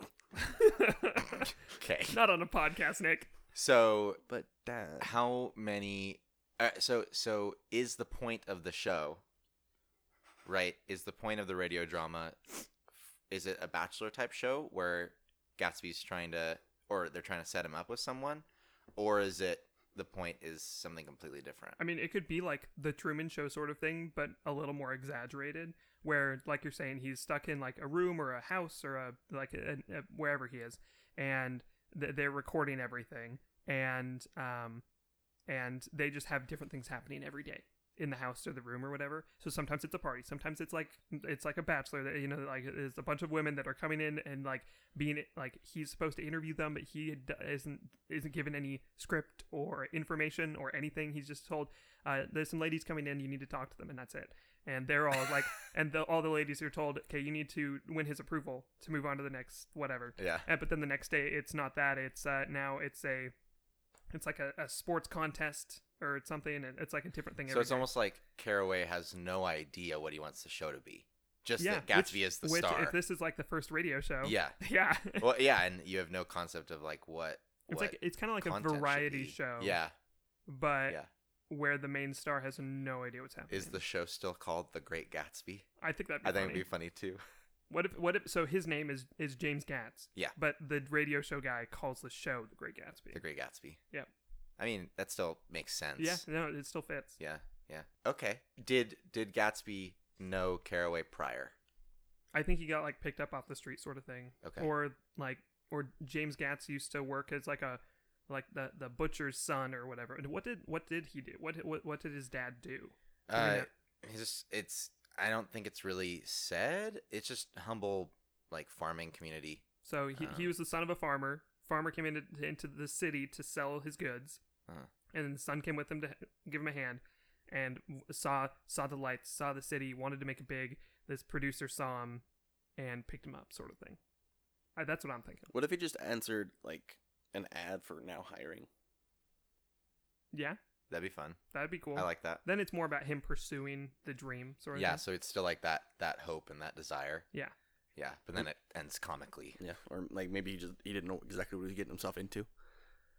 A: Okay.
B: not on a podcast, Nick.
A: So,
C: but dad.
A: how many? Uh, so, so is the point of the show? Right. Is the point of the radio drama? Is it a bachelor type show where Gatsby's trying to, or they're trying to set him up with someone, or is it the point is something completely different?
B: I mean, it could be like the Truman Show sort of thing, but a little more exaggerated. Where, like you're saying, he's stuck in like a room or a house or a like a, a, wherever he is, and th- they're recording everything, and um, and they just have different things happening every day. in the house or the room or whatever. So sometimes it's a party. Sometimes it's like it's like a bachelor that you know like there's a bunch of women that are coming in and like being like he's supposed to interview them, but he d- isn't isn't given any script or information or anything. He's just told uh, there's some ladies coming in. You need to talk to them, and that's it. And they're all like, and the, all the ladies are told, okay, you need to win his approval to move on to the next whatever.
A: Yeah.
B: Uh, but then the next day, it's not that. It's uh, now it's a, it's like a, a sports contest or it's something, and it's like a different thing.
A: So
B: every
A: it's
B: day.
A: almost like Caraway has no idea what he wants the show to be. Just that
B: which-
A: Gatsby is the
B: which,
A: star.
B: If this is like the first radio show,
A: yeah.
B: yeah,
A: Well, yeah, and you have no concept of like what.
B: it's
A: what
B: like it's kind of like
A: content
B: a
A: should
B: variety
A: be.
B: show.
A: Yeah.
B: but
A: yeah.
B: where the main star has no idea what's happening.
A: Is the show still called The Great Gatsby?
B: I think that'd be
A: I think
B: funny.
A: it'd be funny too.
B: What if what if so his name is is James Gatz.
A: Yeah.
B: But the radio show guy calls the show the Great Gatsby.
A: The Great Gatsby.
B: Yep.
A: I mean, that still makes sense.
B: Yeah, no, it still fits.
A: Yeah. Yeah. Okay. Did did Gatsby know Caraway prior?
B: I think he got like picked up off the street sort of thing.
A: Okay.
B: Or like or James Gatz used to work as like a like the the butcher's son or whatever. And what did what did he do? What what, what did his dad do? I mean,
A: Uh, it's just it's. I don't think it's really said. It's just humble like farming community.
B: So he, he
A: Um,
B: was the son of a farmer. Farmer came into, into the city to sell his goods,
A: Uh-huh.
B: and then the son came with him to h- give him a hand, and w- saw saw the lights, saw the city, wanted to make it big. This producer saw him, and picked him up, sort of thing. I, that's what I'm thinking.
C: What if he just answered like an ad for now hiring?
B: Yeah,
A: That'd be fun.
B: that'd be cool.
A: I like that.
B: Then it's more about him pursuing the dream, sort of.
A: yeah,
B: thing.
A: so it's still like that that hope and that desire.
B: Yeah.
A: Yeah, but then it ends comically.
C: Yeah, or like maybe he just he didn't know exactly what he was getting himself into.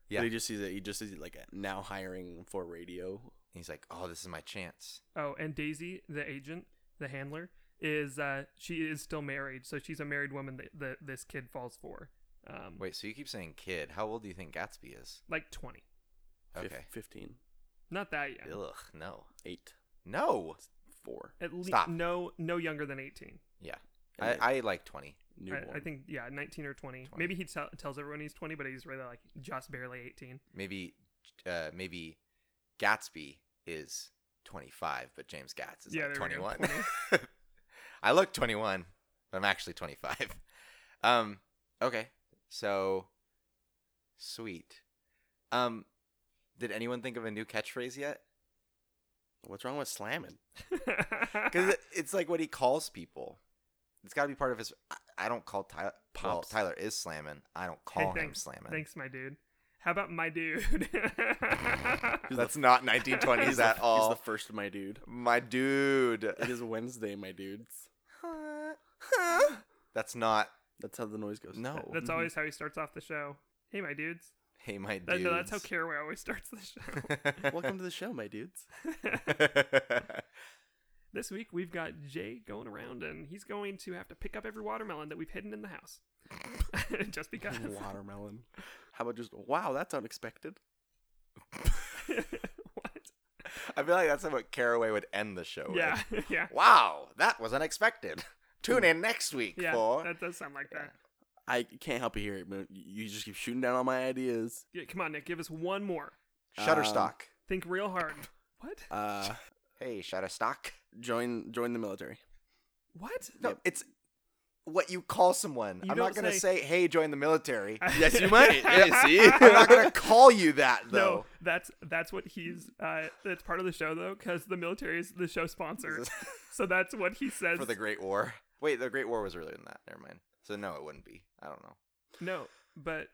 C: Yeah,
A: Yeah.
C: he just sees it. He just sees it like a now hiring for radio.
A: He's like, "Oh, this is my chance."
B: Oh, and Daisy, the agent, the handler, is uh she is still married, so she's a married woman that, that this kid falls for. Um,
A: Wait, so you keep saying kid. How old do you think Gatsby is?
B: like twenty.
C: Fif-
A: Okay.
C: 15,
B: Not that yet.
A: Ugh, no.
C: 8,
A: No.
C: 4,
B: At least
A: Stop.
B: no no younger than 18.
A: Yeah.
C: And then
A: I, I like 20.
C: newborn.
B: I, I think yeah, 19 or 20.
A: 20.
B: Maybe he tell tells everyone he's 20, but he's really like just barely 18.
A: Maybe uh maybe Gatsby is 25, but James Gats is
B: Yeah,
A: like
B: there we go,
A: 21. I look 21, but I'm actually 25. Um okay. So sweet. Um did anyone think of a new catchphrase yet?
C: What's wrong with slamming?
A: because it's like what he calls people. It's got to be part of his. I- I don't call Tyler. Well,
C: Pops.
A: Tyler is slamming. I don't call him
B: thanks-
A: slamming.
B: Thanks, my dude. How about my dude?
A: That's not 1920s at
C: He's
A: all.
C: the first, my dude.
A: My dude.
C: It is Wednesday, my dudes.
A: That's not.
C: That's how the noise goes.
A: No.
B: that's always how he starts off the show. Hey, my dudes.
A: Hey, my
B: That,
A: dude.
B: no, that's how Caraway always starts the show.
C: Welcome to the show, my dudes.
B: this week we've got Jay going around, and he's going to have to pick up every watermelon that we've hidden in the house, just because.
C: Watermelon. How about just wow? That's unexpected.
B: what?
A: I feel like that's what Caraway would end the show
B: Yeah,
A: with.
B: yeah,
A: Wow, that was unexpected. Tune in next week
B: yeah.
A: for.
B: That does sound like that.
C: I can't help you here, but you just keep shooting down all my ideas.
B: Yeah, come on, Nick, give us one more.
A: Shutterstock.
B: Think real hard. What?
C: Uh,
A: hey, Shutterstock.
C: join join the military.
B: What?
A: No,
C: Yep.
A: it's what you call someone.
B: You
A: I'm not
B: don't
A: gonna say,
B: say-
A: "Hey, join the military."
C: Yes, you might. Yeah, see?
A: I'm not gonna call you that
B: No,
A: though.
B: that's that's what he's. Uh, that's part of the show though, because the military is the show sponsor. so that's what he says.
A: For the Great War. Wait, the Great War was earlier than that. Never mind. So no, it wouldn't be. I don't know.
B: no, but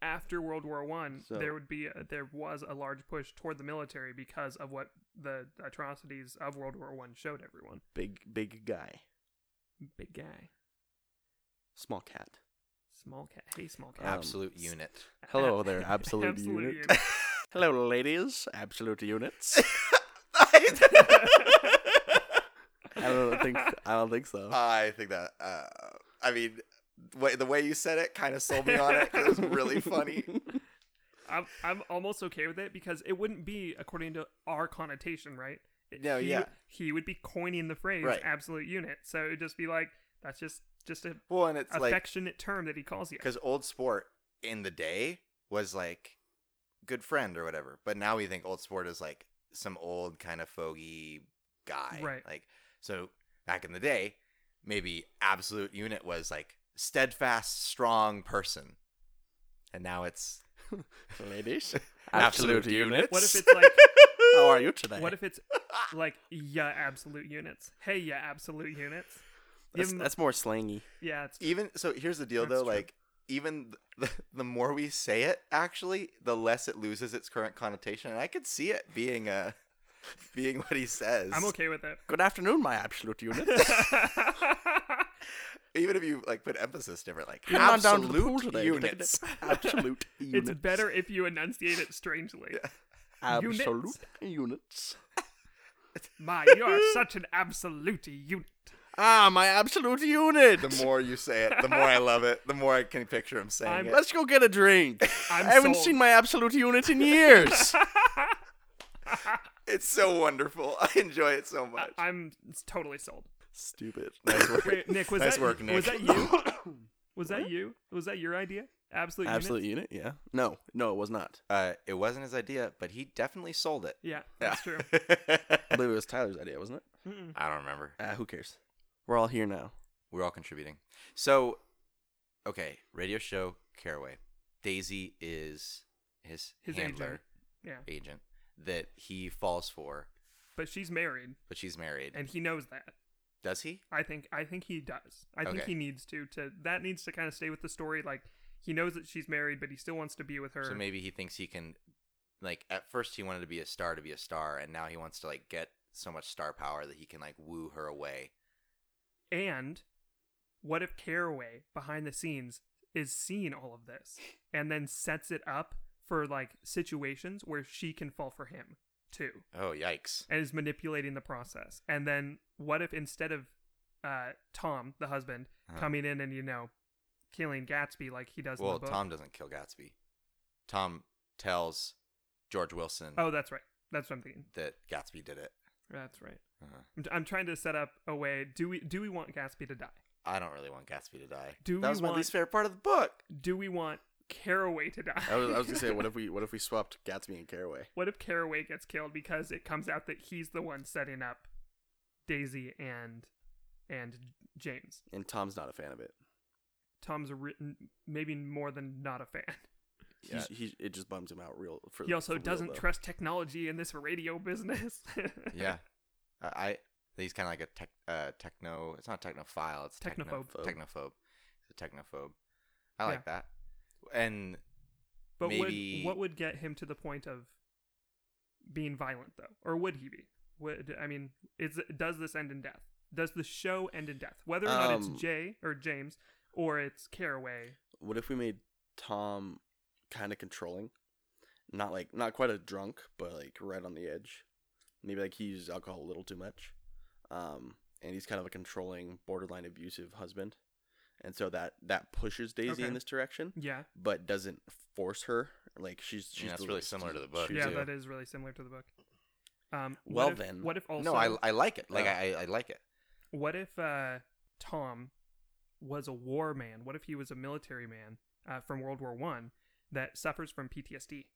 B: after World War One,
C: So-
B: there would be a, there was a large push toward the military because of what the atrocities of World War One showed everyone.
C: Big big guy,
B: Big guy,
C: small cat.
B: small cat. Hey, small cat.
C: Um,
A: Absolute unit.
C: Hello there, absolute,
B: Uh, Absolute
C: unit.
B: unit.
C: Hello, ladies, absolute units. I don't think I don't think so.
A: I think that. Uh, I mean, wa- the way you said it kind of sold me on it. 'cause It was really funny.
B: I'm I'm almost okay with it because it wouldn't be according to our connotation, right? It-
A: No,
B: he,
A: yeah.
B: He would be coining the phrase
A: Right.
B: absolute unit. So it'd just be like that's just just a
A: Well, and it's like
B: affectionate term that he calls you.
A: because old sport in the day was like good friend or whatever but now we think old sport is like some old kind of fogey guy.
B: Right.
A: Like so back in the day, maybe absolute unit was like steadfast, strong person. And now it's
C: Ladies,
A: absolute, units.
B: What if it's like
C: How are you today?
B: what if it's like yeah, absolute units. Hey, yeah, absolute units. Give
C: that's,
B: 'em-
C: that's more slangy.
B: yeah, it's
A: even so here's the deal
B: That's
A: though
B: true.
A: like even the, the more we say it actually the less it loses its current connotation and i could see it being uh being what he says
B: I'm okay with it.
C: Good afternoon, my absolute unit.
A: even if you like put emphasis different like
C: Come on down to the pool
A: absolute
C: today. You're taking
A: units
C: it. Absolute units.
B: it's better if you enunciate it strangely.
C: Absolute units.
B: My, you are such an absolute unit.
C: Ah, my absolute unit.
A: the more you say it the more i love it the more i can picture him saying
B: I'm-
A: it
C: Let's go get a drink.
B: I'm
C: I haven't
B: sold.
C: seen my absolute unit in years.
A: it's so wonderful i enjoy it so much
B: I'm s- totally sold.
C: Stupid.
A: nice work
B: Wait, Nick, was
A: Nice
B: that
A: work,
B: was that
A: Nick.
B: you? Was that you? Was that your idea? Absolute unit?
C: Absolute unit, yeah. No, no, it was not.
A: uh it wasn't his idea but he definitely sold it
B: Yeah, that's true.
C: I believe it was Tyler's idea, wasn't it?
B: Mm-mm.
A: i don't remember
C: Uh, who cares? We're all here now.
A: We're all contributing. So, okay, radio show Caraway. Daisy is his,
B: His
A: handler
B: Yeah,
A: agent. that he falls for,
B: but she's married,
A: but she's married.
B: and he knows that.
A: Does he?
B: I think I think he does. I think
A: Okay.
B: he needs to to that needs to kind of stay with the story. Like he knows that she's married, but he still wants to be with her.
A: So maybe he thinks he can. Like at first, he wanted to be a star to be a star, and now he wants to like get so much star power that he can like woo her away.
B: And what if Caraway behind the scenes is seeing all of this and then sets it up for like situations where she can fall for him too
A: Oh yikes!
B: and is manipulating the process. And then what if instead of uh, Tom, the husband,
A: Uh-huh.
B: coming in and you know killing Gatsby like he does in
A: Well,
B: the book?
A: Tom doesn't kill Gatsby. Tom tells George Wilson
B: oh, that's right. That's what I'm thinking.
A: that Gatsby did it.
B: That's right.
A: Uh-huh.
B: I'm, I'm trying to set up a way. Do we do we want Gatsby to die?
A: I don't really want Gatsby to die.
B: Do
A: that
B: we
A: was my
B: want-
A: least favorite part of the book.
B: Do we want Caraway to die?
C: I was, I was gonna say, what if we what if we swapped Gatsby and Caraway?
B: What if Caraway gets killed because it comes out that he's the one setting up Daisy and and James?
C: And Tom's not a fan of it.
B: Tom's a re- maybe more than not a fan.
C: He's, he it just bums him out real. For,
B: He
C: for
B: also
C: real,
B: doesn't
C: though.
B: trust technology in this radio business.
A: yeah. I I he's kind of like a tech, uh, techno. It's not technophile. It's techno-
B: Technophobe.
A: Technophobe. He's a technophobe. I like that. And
B: But
A: Maybe-
B: would what would get him to the point of being violent though, or would he be? Would I mean, is does this end in death? Does the show end in death? Whether or not
C: Um,
B: it's Jay or James or it's Caraway,
C: What if we made Tom kind of controlling, not like not quite a drunk, but like right on the edge. Maybe like he uses alcohol a little too much, um, and he's kind of a controlling, borderline abusive husband, and so that that pushes Daisy
B: Okay.
C: in this direction,
B: yeah,
C: but doesn't force her. Like she's
A: Yeah,
C: she's
A: that's
C: the-
A: really similar to the book.
C: she's
B: yeah,
C: the-
B: that is really similar to the book. Um, what
C: Well
B: if-
C: then.
B: what if also? uh,
A: no, I, I like it. Like
C: Yeah.
A: I, I I like it.
B: What if uh, Tom was a war man? What if he was a military man uh, from World War One that suffers from PTSD?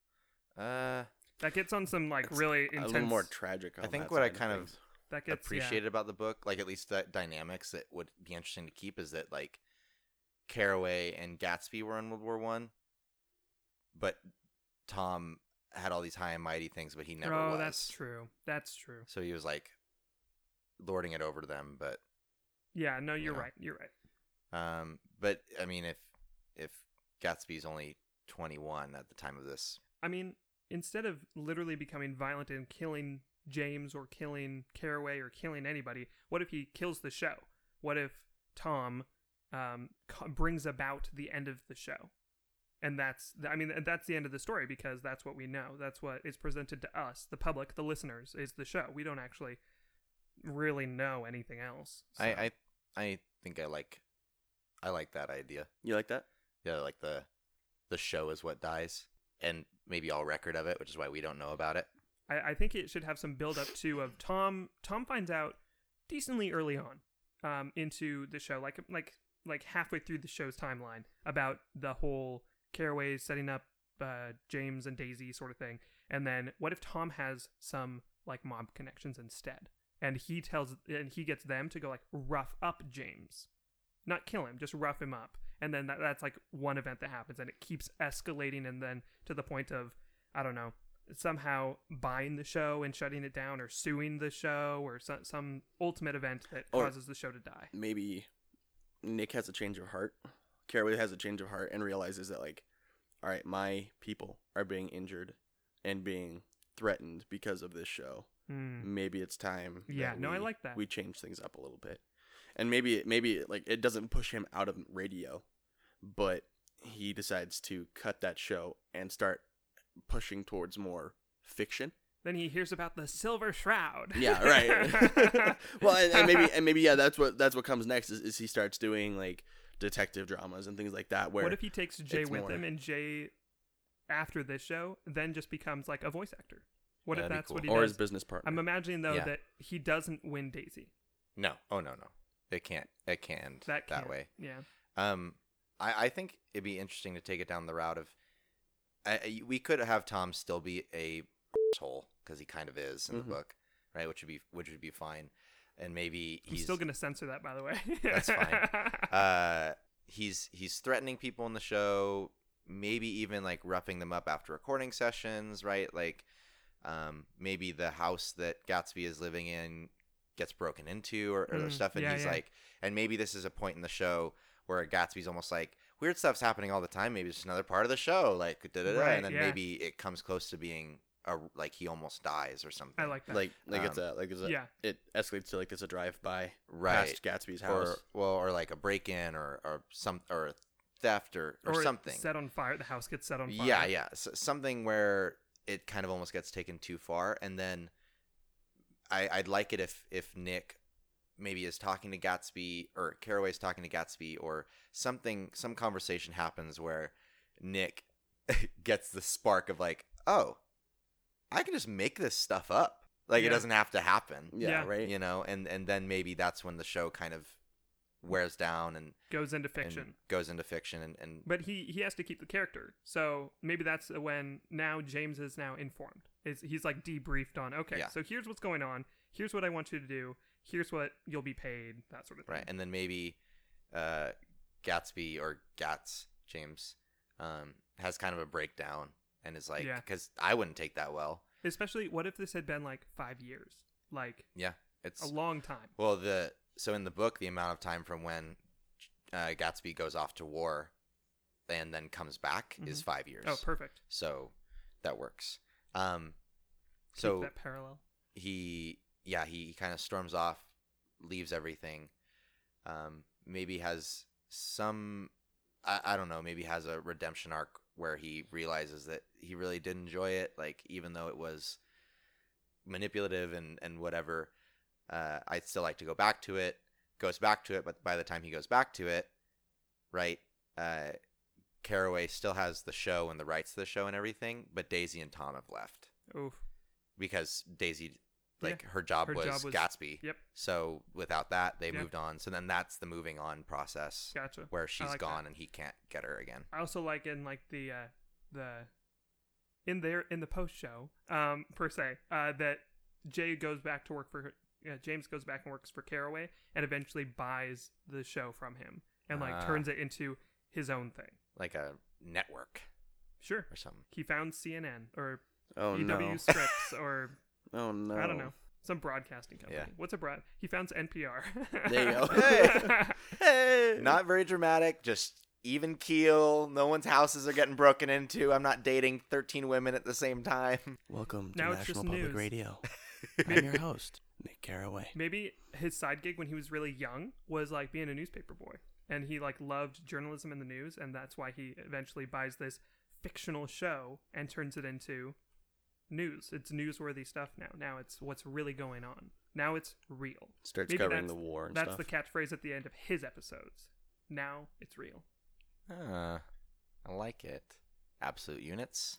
A: Uh,
B: That gets on some like
C: It's
B: really
C: a
B: intense.
C: little more tragic.
A: I
C: on
A: think
C: that
A: what I
C: side
A: kind of
C: things.
B: that gets
A: appreciated about the book, like at least the dynamics that would be interesting to keep, is that like Caraway and Gatsby were in World War One, but Tom had all these high and mighty things, but he
B: Yeah.
A: never
B: oh,
A: was.
B: that's true. That's true.
A: So he was like lording it over to them, but
B: Yeah. No, you're
A: Yeah.
B: right. You're right.
A: um but I mean if if Gatsby's only 21 at the time of this.
B: I mean, instead of literally becoming violent and killing James or killing Caraway or killing anybody, what if he kills the show? What if Tom um, co- brings about the end of the show? And that's, I mean, and that's the end of the story because that's what we know. That's what is presented to us, the public, the listeners, is the show. We don't actually really know anything else. so.
A: I, I I think I like I like that idea.
C: You like that?
A: Yeah, like the the show is what dies and maybe all record of it, which is why we don't know about it.
B: I, I think it should have some build up too of Tom. Tom finds out decently early on um, into the show, like like like halfway through the show's timeline, about the whole Caraway setting up uh, James and Daisy sort of thing. And then what if Tom has some like mob connections instead? And he tells and he gets them to go like rough up James, not kill him, just rough him up. And then that, that's like one event that happens, and it keeps escalating, and then to the point of I don't know somehow buying the show and shutting it down, or suing the show, or some, some ultimate event that
C: Or-
B: causes the show to die.
C: maybe Nick has a change of heart. Caraway has a change of heart and realizes that like, all right, my people are being injured and being threatened because of this show.
B: Hmm.
C: Maybe it's time.
B: Yeah,
C: that
B: no, I
C: we-
B: like that.
C: We change things up a little bit, and maybe it, maybe it, like it doesn't push him out of radio, but he decides to cut that show and start pushing towards more fiction.
B: Then he hears about the Silver Shroud.
C: Yeah, right. well, and, and maybe and maybe yeah, that's what that's what comes next is, is he starts doing like detective dramas and things like that. Where
B: what if he takes Jay
C: it's
B: with
C: more-
B: him and Jay, after this show, then just becomes like a voice actor? What
A: That'd
B: if
A: be
B: that's what
A: cool.
B: he
C: or
B: does?
C: his business partner?
B: I'm imagining though
A: Yeah.
B: that he doesn't win Daisy.
A: No. Oh no no. It can't. It can't end
B: That
A: that,
B: can't-
A: way.
B: Yeah.
A: Um, I I think it'd be interesting to take it down the route of, I, I- we could have Tom still be a asshole because he kind of is in
C: Mhm.
A: the book, right? Which would be which would be fine, and maybe
B: I'm
A: he's
B: still gonna censor that by the way.
A: That's fine. uh, he's he's threatening people in the show, maybe even like roughing them up after recording sessions, right? Like, um, maybe the house that Gatsby is living in gets broken into or, or other
B: Mm,
A: stuff, and
B: yeah,
A: he's
B: yeah.
A: like, and maybe this is a point in the show where Gatsby's almost like weird stuff's happening all the time. Maybe it's just another part of the show, like da da da,
B: Right,
A: and then
B: yeah.
A: maybe it comes close to being a like he almost dies or something.
B: I like that.
C: like like it's
A: Um,
C: a like it's a
B: yeah.
C: it escalates to like it's a drive by
A: right.
C: past Gatsby's house.
A: or well, or like a break in, or or some or theft, or or,
B: it
A: something.
B: Set on fire. The house gets set on fire.
A: Yeah, yeah, S something where it kind of almost gets taken too far, and then I, I'd like it if if Nick maybe is talking to Gatsby or Caraway's talking to Gatsby, or something, some conversation happens where Nick gets the spark of like, oh, I can just make this stuff up. Like
B: Yeah.
A: it doesn't have to happen
C: yeah,
B: yeah.
C: right.
A: you know and and then maybe that's when the show kind of wears down and,
B: Goes into
A: and
B: fiction.
A: goes into fiction and, and
B: But he he has to keep the character. So maybe that's when now James is now informed. Is he's like debriefed on okay,
A: Yeah.
B: so here's what's going on, here's what I want you to do, here's what you'll be paid, that sort of thing.
A: right and then maybe uh gatsby or gats james um has kind of a breakdown and is like
B: Yeah.
A: because i wouldn't take that well
B: Especially what if this had been like five years? Like
A: yeah
B: a
A: it's
B: long time.
A: well the so in the book the amount of time from when uh, gatsby goes off to war and then comes back is five years
B: Oh, perfect.
A: so that works um
B: Keep
A: so
B: that parallel.
A: he yeah he, he kind of storms off leaves everything um maybe has some I, I don't know maybe has a redemption arc where he realizes that he really did enjoy it like even though it was manipulative and and whatever uh i'd still like to go back to it goes back to it but by the time he goes back to it right uh caraway still has the show and the rights to the show and everything but daisy and tom have left
B: Oof.
A: because Daisy,
B: Yeah.
A: like her, job,
B: Her
A: was
B: job was-
A: Gatsby.
B: Yep.
A: So without that, they
B: Yeah.
A: moved on. So then that's the moving on process
B: Gotcha.
A: where she's
B: like that.
A: gone and he can't get her again.
B: I also like in like the uh the in there in the post show um per se uh that Jay goes back to work for her, uh, James goes back and works for Caraway and eventually buys the show from him and like
A: Ah.
B: turns it into his own thing.
A: Like a network
B: Sure.
A: or something.
B: He found CNN or
C: Oh
B: EW
C: no.
B: Scripts or
C: Oh no.
B: E I don't know some broadcasting company.
A: Yeah.
B: What's a broad? He founds NPR.
C: There you go.
A: Hey. Hey! Not very dramatic, just even keel. No one's houses are getting broken into. I'm not dating 13 women at the same time.
C: Welcome to
B: Now it's
C: National
B: just
C: Public
B: news.
C: Radio. I'm your host, Nick Carraway.
B: Maybe his side gig when he was really young was like being a newspaper boy, and he like loved journalism and the news, and that's why he eventually buys this fictional show and turns it into news. It's newsworthy stuff now. Now it's what's really going on. Now it's real.
C: Starts
B: Maybe
C: covering
B: that's-
C: the war and
B: that's
C: stuff.
B: the catchphrase at the end of his episodes. Now it's real.
A: Ah, I like it. Absolute units.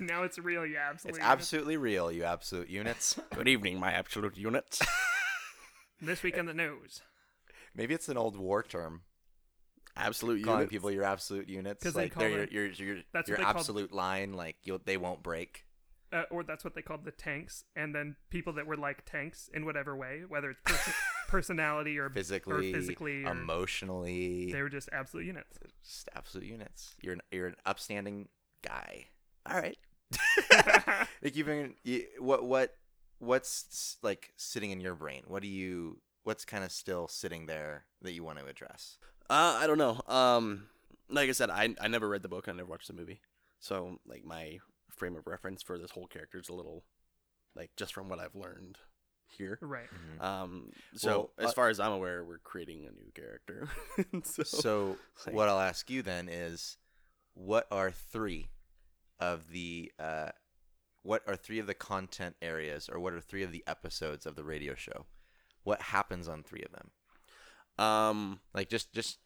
B: now it's real. Yeah, absolutely.
A: It's absolutely real, you absolute units.
C: Good evening, my absolute units.
B: This week in the news.
A: Maybe it's an old war term.
C: absolute
A: calling
C: units.
A: people your absolute units
B: 'Cause they
A: like
B: call
A: they're
B: them-
A: your your your,
B: That's what
A: your
B: they call-
A: absolute line like you they won't break
B: uh, or that's what they called the tanks, and then people that were like tanks in whatever way, whether it's pers- personality or
A: physically,
B: or physically or-
A: emotionally
B: they were just absolute units.
A: just absolute units. You're an, you're an upstanding guy. All right. like even you, what what what's s- like sitting in your brain? What do you what's kind of still sitting there that you want to address?
C: Uh, I don't know. Um, like I said, I I never read the book. I never watched the movie. So like my frame of reference for this whole character is a little, like just from what I've learned here.
B: right.
C: Um, so
A: Hmm. Well,
C: as
A: uh,
C: far as I'm aware, we're creating a new character. so,
A: So
C: like-
A: what I'll ask you then is what are 3 of the uh what are 3 of the content areas or what are 3 of the episodes of the radio show? What happens on 3 of them?
C: um,
A: like just just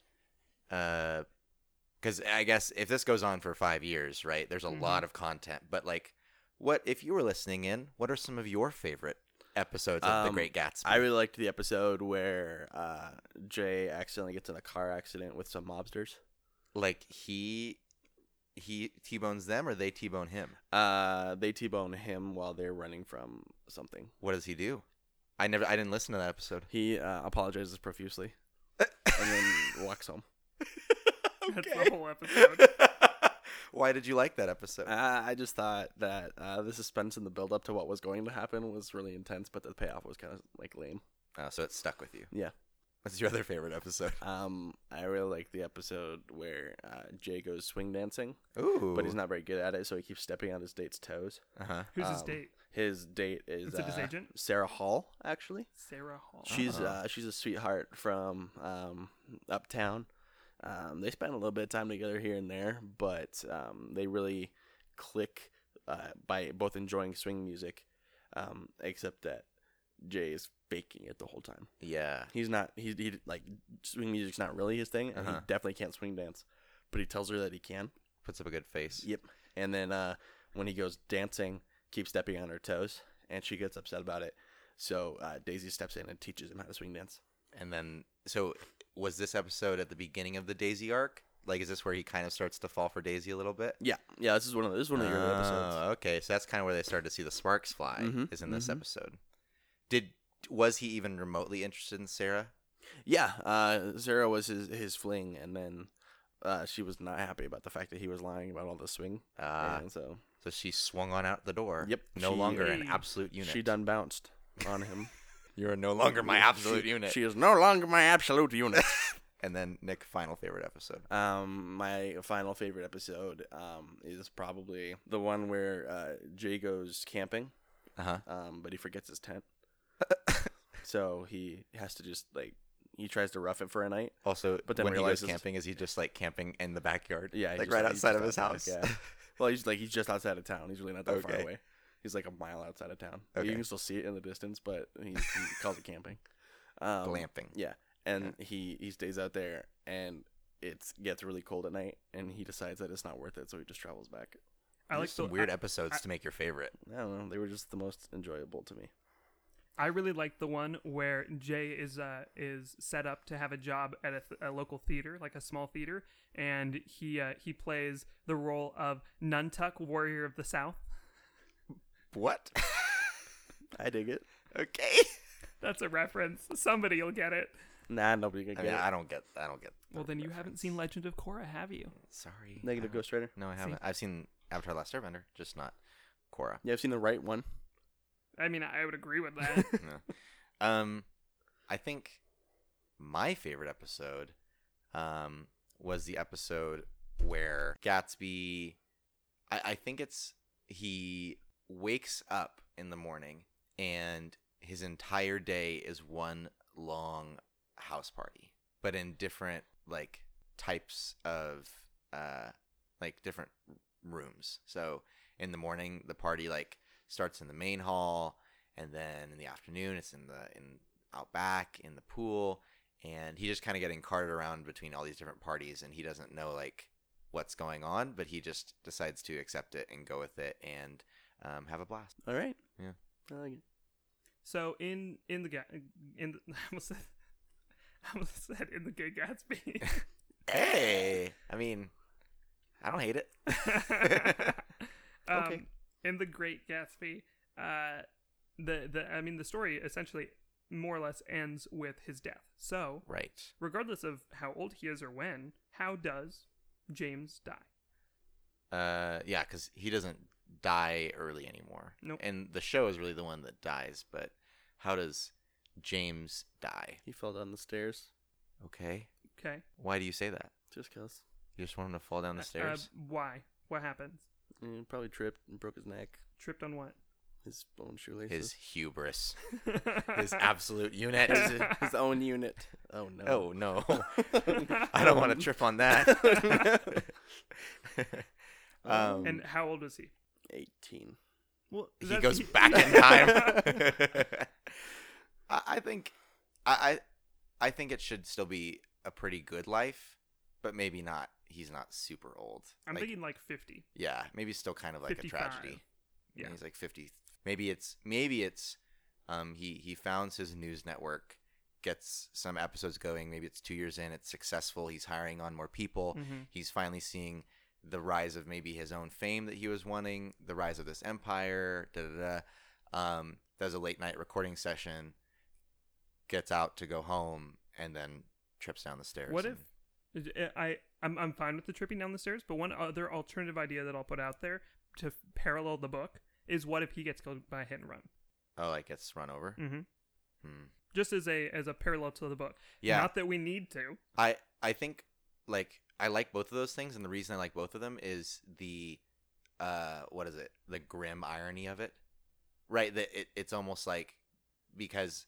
A: uh because i guess if this goes on for five years right there's a
C: Mm-hmm.
B: Mhm.
A: lot of content but like what if you were listening in what are some of your favorite episodes of the
C: Um,
A: great gatsby
C: I really liked the episode where uh Jay accidentally gets in a car accident with some mobsters.
A: like he he t-bones them or they t-bone him
C: Uh, they t-bone him while they're running from something.
A: what does he do i never i didn't listen to that episode
C: He uh, apologizes profusely and then walks home.
B: That's the whole episode.
A: why did you like that episode
C: Uh, I just thought that uh, the suspense and the build up to what was going to happen was really intense, but the payoff was kind of like lame.
A: oh, so it stuck with you
C: Yeah.
A: what's your other favorite episode
C: Um, I really like the episode where uh, Jay goes swing dancing,
A: ooh
C: but he's not very good at it, so he keeps stepping on his date's toes.
A: uh-huh
B: Who's his
C: Um,
B: date?
C: His date is
B: Is it his
C: uh,
B: agent?
C: Sarah Hall, actually.
B: Sarah Hall.
C: She's
A: Oh.
C: uh, she's a sweetheart from um, uptown. Um, they spend a little bit of time together here and there, but um, they really click uh, by both enjoying swing music, um, except that Jay is faking it the whole time.
A: yeah
C: He's not. He, he like swing music's not really his thing, and he
A: Uh-huh.
C: definitely can't swing dance. But he tells her that he can.
A: puts up a good face
C: Yep. And then uh, when he goes dancing, keeps stepping on her toes, and she gets upset about it. So uh, Daisy steps in and teaches him how to swing dance.
A: And then, so was this episode at the beginning of the Daisy arc? Like, is this where he kind of starts to fall for Daisy a little bit?
C: Yeah, yeah. This is one of this is one of your episodes.
A: Oh, okay. So that's kind of where they started to see the sparks fly.
C: Mhm,
A: Is in this
C: mhm.
A: episode. Did was he even remotely interested in Sarah?
C: Yeah, uh, Sarah was his his fling, and then uh, she was not happy about the fact that he was lying about all the swing,
A: Uh,
C: and so
A: so she swung on out the door.
C: Yep,
A: No
C: she-
A: longer an
B: She-
A: absolute unit.
C: she done bounced on him.
A: You are no longer my
C: She-
A: absolute unit.
C: She is no longer my absolute unit.
A: and then Nick, final favorite episode.
C: um, my final favorite episode um is probably the one where uh, Jay goes camping,
A: Uh huh.
C: um, but he forgets his tent, so he has to just like he tries to rough it for a night.
A: Also,
C: But then
A: when he goes
C: realizes-
A: camping, is he just like camping in the backyard?
C: Yeah, he
A: like
C: just-
A: right
C: he's
A: outside
C: just
A: of his house.
C: outside, yeah. Well, he's like he's just outside of town. He's really not that far
A: Okay.
C: away. He's like a mile outside of town.
A: Okay.
C: You can still see it in the distance, but he, he calls it camping. Um,
A: Glamping.
C: Yeah, and he he stays out there, and it gets really cold at night, and he decides that it's not worth it, so he just travels back.
B: I like
A: There's some
B: the
A: weird
B: I,
A: episodes to make your favorite.
C: I don't know. They were just the most enjoyable to me.
B: I really like the one where Jay is uh is set up to have a job at a, th- a local theater, like a small theater, and he uh, he plays the role of Nuntuck Warrior of the South.
A: What?
C: I dig it.
A: okay.
B: That's a reference. Somebody'll get it.
C: Nah, nobody can
A: I
C: get
A: mean,
C: it.
A: I don't get. I don't get.
B: Well,
A: the
B: then you haven't seen
A: reference.
B: Legend of Korra, have you?
A: Sorry.
C: Negative
A: I haven't-
C: Ghost Rider.
A: No, I haven't. I've seen Avatar: Last Airbender, just not Korra.
C: Yeah, I've seen the right one.
B: I mean, I would agree with that.
A: No. Um, I think my favorite episode, um, was the episode where Gatsby. I, I think it's he wakes up in the morning and his entire day is one long house party, but in different like types of uh like different rooms. So in the morning the party like starts in the main hall and then in the afternoon it's in the in out back in the pool and he's just kind of getting carted around between all these different parties and he doesn't know like what's going on but he just decides to accept it and go with it and um, have a blast
C: All right.
A: Yeah.
C: I like it.
B: So in in the Ga- in the, I almost said I almost said in the Good Gatsby.
A: Hey, I mean, I don't hate it.
B: um,
C: Okay.
B: In the Great Gatsby, uh, the the I mean the story essentially more or less ends with his death. So
A: Right.
B: regardless of how old he is or when, how does James die?
A: Uh, yeah, because he doesn't die early anymore.
B: Nope.
A: And the show is really the one that dies. But how does James die?
C: He fell down the stairs
A: Okay.
B: Okay.
A: Why do you say that?
C: just because.
A: You just want him to fall down the
B: Uh,
A: stairs?
B: Uh, why? What happens?
C: He probably tripped and broke his neck,
B: Tripped on what?
C: his own shoelaces,
A: his hubris, his absolute unit.
C: his own unit. Oh no! Um,
A: oh no, I don't want to trip on that. um,
B: and how old was he?
C: Eighteen.
B: Well,
A: he goes back in time. I, I think, I, I I think it should still be a pretty good life, but maybe not. He's not super old.
B: I'm
A: Like,
B: thinking like 50.
A: yeah, maybe it's still kind of like a
B: 55.
A: tragedy.
B: Yeah.
A: And he's like 50. Maybe it's maybe it's um he he founds his news network, gets some episodes going. Maybe it's 2 years in, it's successful. He's hiring on more people.
B: Mhm.
A: He's finally seeing the rise of maybe his own fame that he was wanting, the rise of this empire, da da da. Um does a late night recording session, gets out to go home and then trips down the stairs.
B: What if eh,
A: and-
B: I I'm, I'm fine with the tripping down the stairs, but one other alternative idea that I'll put out there to f- parallel the book is what if he gets killed by a hit and run?
A: oh, like gets run over?
B: Mm-hmm.
A: Hmm.
B: Just as a as a parallel to the book.
A: Yeah.
B: Not that we need to.
A: I I think like I like both of those things, and the reason I like both of them is the uh what is it? The grim irony of it, right? That it, it's almost like because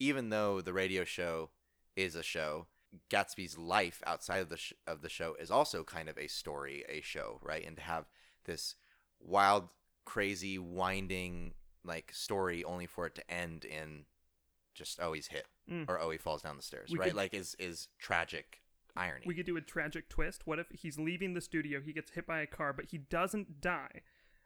A: even though the radio show is a show, Gatsby's life outside of the sh- of the show is also kind of a story, a show, right? And to have this wild, crazy, winding like story, only for it to end in just oh he's hit
B: Mm.
A: or oh he falls down the stairs,
B: We
A: right?
B: could-
A: like is is tragic irony.
B: We could do a tragic twist. What if he's leaving the studio, he gets hit by a car, but he doesn't die.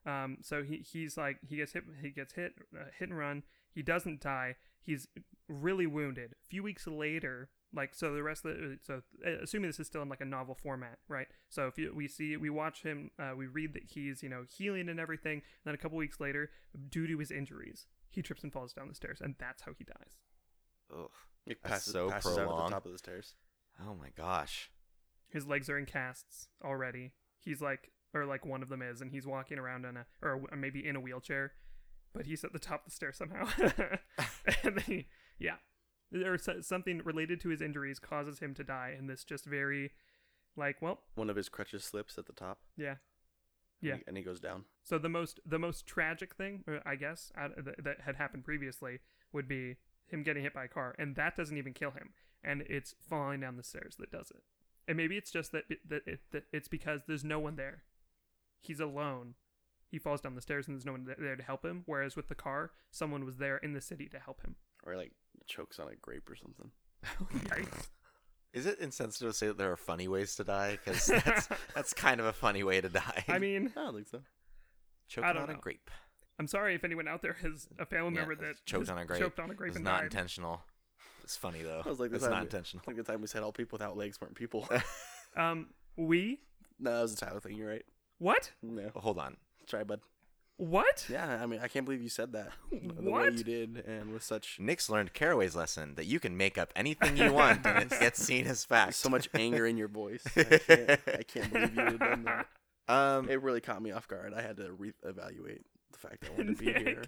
B: Um, so he, he's like he gets hit he gets hit uh, hit and run. He doesn't die. He's really wounded. A few weeks later, like so the rest of the so uh, assuming this is still in like a novel format, right? So if you, we see we watch him, uh, we read that he's you know healing and everything. And then a couple weeks later, due to his injuries, he trips and falls down the stairs, and that's how he dies.
A: Ugh.
C: He
A: That's
C: passes,
A: so
C: passes out at
A: prolonged.
C: the top of the stairs.
A: Oh my gosh.
B: his legs are in casts already. He's like, or like one of them is, and he's walking around in a, or maybe in a wheelchair, but he's at the top of the stair somehow. and then he, yeah, or so, something related to his injuries causes him to die, and this just very, like, well,
C: One of his crutches slips at the top.
B: yeah,
C: and
B: yeah.
C: he- and he goes down.
B: So the most the most tragic thing, uh, I guess, out that, that had happened previously would be him getting hit by a car, and that doesn't even kill him, and it's falling down the stairs that does it. And maybe it's just that that, it, that it's because there's no one there. He's alone. He falls down the stairs, and there's no one th- there to help him. Whereas with the car, someone was there in the city to help him.
C: or like chokes on a grape or something.
B: Yikes.
A: Is it insensitive to say that there are funny ways to die? Because that's that's kind of a funny way to die.
B: I mean,
C: I don't think so.
A: choking
B: I don't
A: on a
B: know.
A: grape.
B: I'm sorry if anyone out there has a family
A: Yeah,
B: member
A: it's
B: that
A: choked
B: has
A: on a grape.
B: choked on a grape
A: It's
B: and
A: not
B: died.
A: intentional. It's funny though.
C: I was like,
A: it's
C: this
A: not
C: time-
A: intentional.
C: Like the time we said all people without legs weren't people.
B: Um, we
C: no, that was a Tyler thing. You're right.
B: what
C: No,
A: Hold on.
C: try, bud.
B: what?
C: Yeah, I mean, I can't believe you said that. The way
B: What?
C: you did, and with such
A: Nick's learned Caraway's lesson that you can make up anything you want and it gets seen as fact.
C: so much anger in your voice, I can't, I can't believe you would have done that.
A: Um,
C: It really caught me off guard. I had to reevaluate the fact that I wanted to be
B: Nick.
C: here.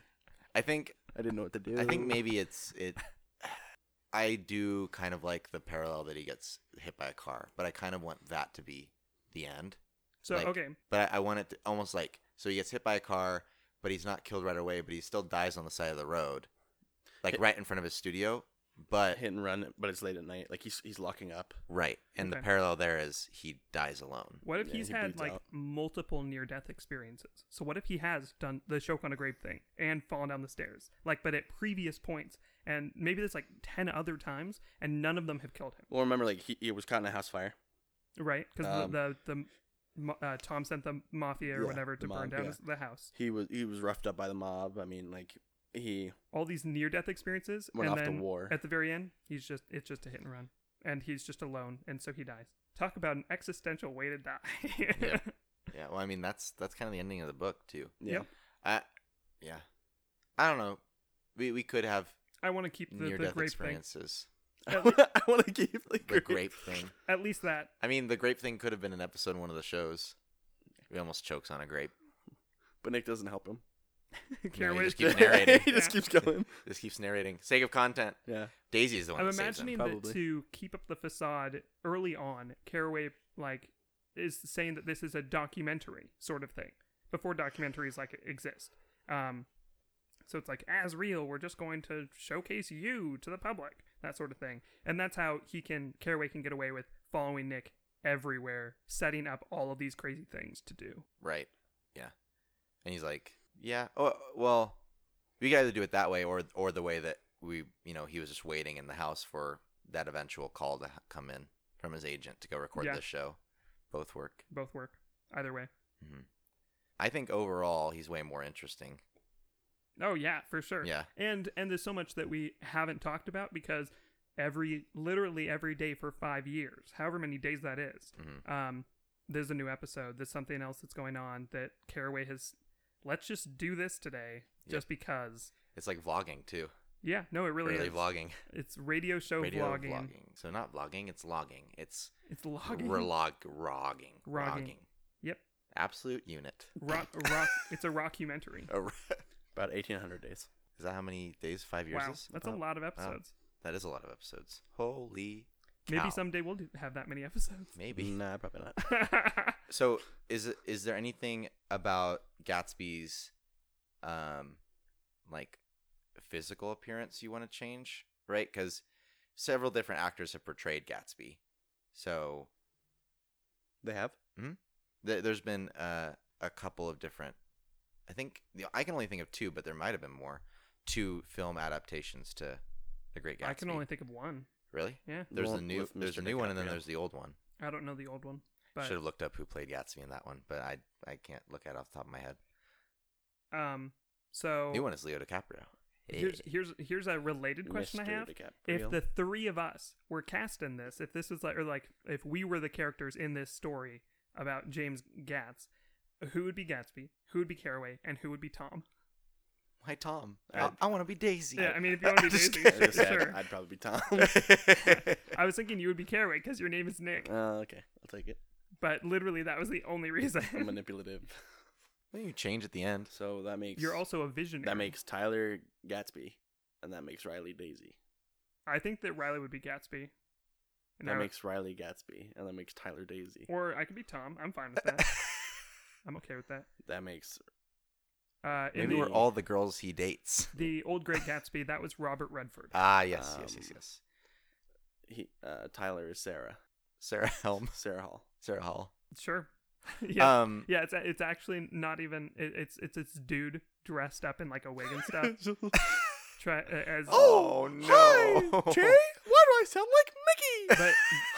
A: I think
C: I didn't know what to do.
A: I think maybe it's it. I do kind of like the parallel that he gets hit by a car, but I kind of want that to be the end.
B: So
A: Like,
B: okay,
A: But I, I want it to almost like so he gets hit by a car, but he's not killed right away, but he still dies on the side of the road, like
C: Hit-
A: right in front of his studio. But
C: hit and run, but it's late at night. Like he's he's locking up.
A: right, and the
B: Okay.
A: parallel there is he dies alone.
B: What if
C: Yeah,
B: he's
C: he
B: had
C: bleeds
B: like
C: out.
B: multiple near death experiences? So what if he has done the choke on a grape thing and fallen down the stairs? Like but at previous points and maybe there's like 10 other times and none of them have killed him,
C: Well, remember, like he, he was caught in a house fire.
B: right? Cuz
C: Um,
B: the the, the mo- uh, Tom sent the mafia or
C: Yeah,
B: whatever
C: the
B: to burn
C: mob,
B: down
C: yeah.
B: his the house.
C: He was he was roughed up by the mob. I mean, like he
B: All these near death experiences
C: Went
B: and
C: off to
B: then
C: war.
B: at the very end, he's just it's just a hit and run and he's just alone and so he dies. Talk about an existential way to die.
A: Yep. Yeah, well, I mean that's that's kind of the ending of the book too.
C: Yeah.
B: Yep.
A: I, yeah, I don't know. We we could have
B: I want to keep the,
A: near
B: the
A: death
B: grape thing.
A: experiences.
C: I want to keep like
A: The grape thing.
B: At least that.
A: I mean, the grape thing could have been an episode in one of the shows. He almost chokes on a grape.
C: but Nick doesn't help him.
B: Caraway's-
A: just keep narrating.
C: he just
B: Yeah.
C: keeps going.
A: This keeps narrating. Sake of content.
C: Yeah.
A: Daisy is the one.
B: I'm
A: that saves him.
B: imagining that
C: Probably.
B: to keep up the facade early on, Caraway like is saying that this is a documentary sort of thing before documentaries like exist. Um, so it's like as real, we're just going to showcase you to the public, that sort of thing, and that's how he can Caraway can get away with following Nick everywhere, setting up all of these crazy things to do.
A: Right. Yeah. And he's like, yeah. Oh, well, we got to do it that way, or or the way that we, you know, he was just waiting in the house for that eventual call to h- come in from his agent to go record
B: Yeah.
A: this show. Both work.
B: Both work either way.
A: hmm I think overall he's way more interesting.
B: Oh yeah, for sure.
A: Yeah.
B: And and there's so much that we haven't talked about because every literally every day for 5 years, however many days that is,
A: Mhm.
B: um there's a new episode, there's something else that's going on that Caraway has let's just do this today
A: Yep.
B: just because.
A: It's like vlogging too.
B: Yeah, no, it really
A: Early
B: is.
A: vlogging.
B: It's radio show
A: Radio
B: vlogging.
A: So not vlogging, it's logging. It's
B: It's logging.
A: relog rogging.
B: Rogging.
A: Rogging.
B: yep.
A: Absolute unit.
B: Rock, rock it's a rockumentary.
A: A ro-
C: About 1800 days.
A: Is that how many days? Five years?
B: Wow,
A: is?
B: that's a
A: About-
B: lot of episodes.
A: That is a lot of episodes. Holy cow.
B: Maybe someday we'll do, have that many episodes.
A: maybe.
C: Nah, probably not.
A: So is it- is there anything about Gatsby's um like physical appearance you want to change, right? Cuz several different actors have portrayed Gatsby. So
C: They have.
A: th- there's been uh, a couple of different I think the, I can only think of two, but there might have been more two film adaptations to The Great Gatsby.
B: I can only think of one.
A: Really?
B: Yeah.
A: There's
C: Well,
A: the new
C: with
A: there's
C: Mr.
A: the new one and then
C: DiCaprio.
A: there's the old one.
B: I don't know the old one, but
A: Should have looked up who played Gatsby in that one, but I I can't look at it off the top of my head.
B: um so
A: New one is Leo DiCaprio.
B: Here's here's here's a related question I
C: Mr.
B: have. If
C: DiCaprio.
B: the three of us were cast in this, if this is like or like if we were the characters in this story about James Gats, who would be Gatsby, who would be Caraway, and who would be Tom?
A: Why Tom?
C: I-
A: I, want to be Daisy.
B: Yeah, I mean if you want to be
A: Just
B: Daisy,
C: I was gonna say, I'd,
B: sure.
C: I'd probably be Tom.
B: I was thinking you would be Caraway because your name is Nick,
C: uh, okay, I'll take it.
B: but literally that was the only reason.
C: I'm manipulative,
A: Then you change at the end.
C: so that makes
B: You're also a visionary.
C: that makes Tyler Gatsby, and that makes Riley Daisy.
B: I think that Riley would be Gatsby. And I
C: that
B: would-
C: makes Riley Gatsby, and that makes Tyler Daisy.
B: or I could be Tom. I'm fine with that. I'm okay with that.
C: That makes
B: Uh, in
A: Maybe
B: the-
A: we're all the girls he dates.
B: The old Great Gatsby, that was Robert Redford.
A: Ah, yes, yes, yes,
C: Um,
A: yes.
C: he uh, Tyler is Sarah,
A: Sarah Helm,
C: Sarah Hall.
A: Sarah Hall.
B: Sure. yeah.
A: Um,
B: yeah, it's it's actually not even it, it's it's it's dude dressed up in like a wig and stuff. Try uh, as
A: Oh no,
C: Hi, Jay. Why do I sound like Mickey?
B: but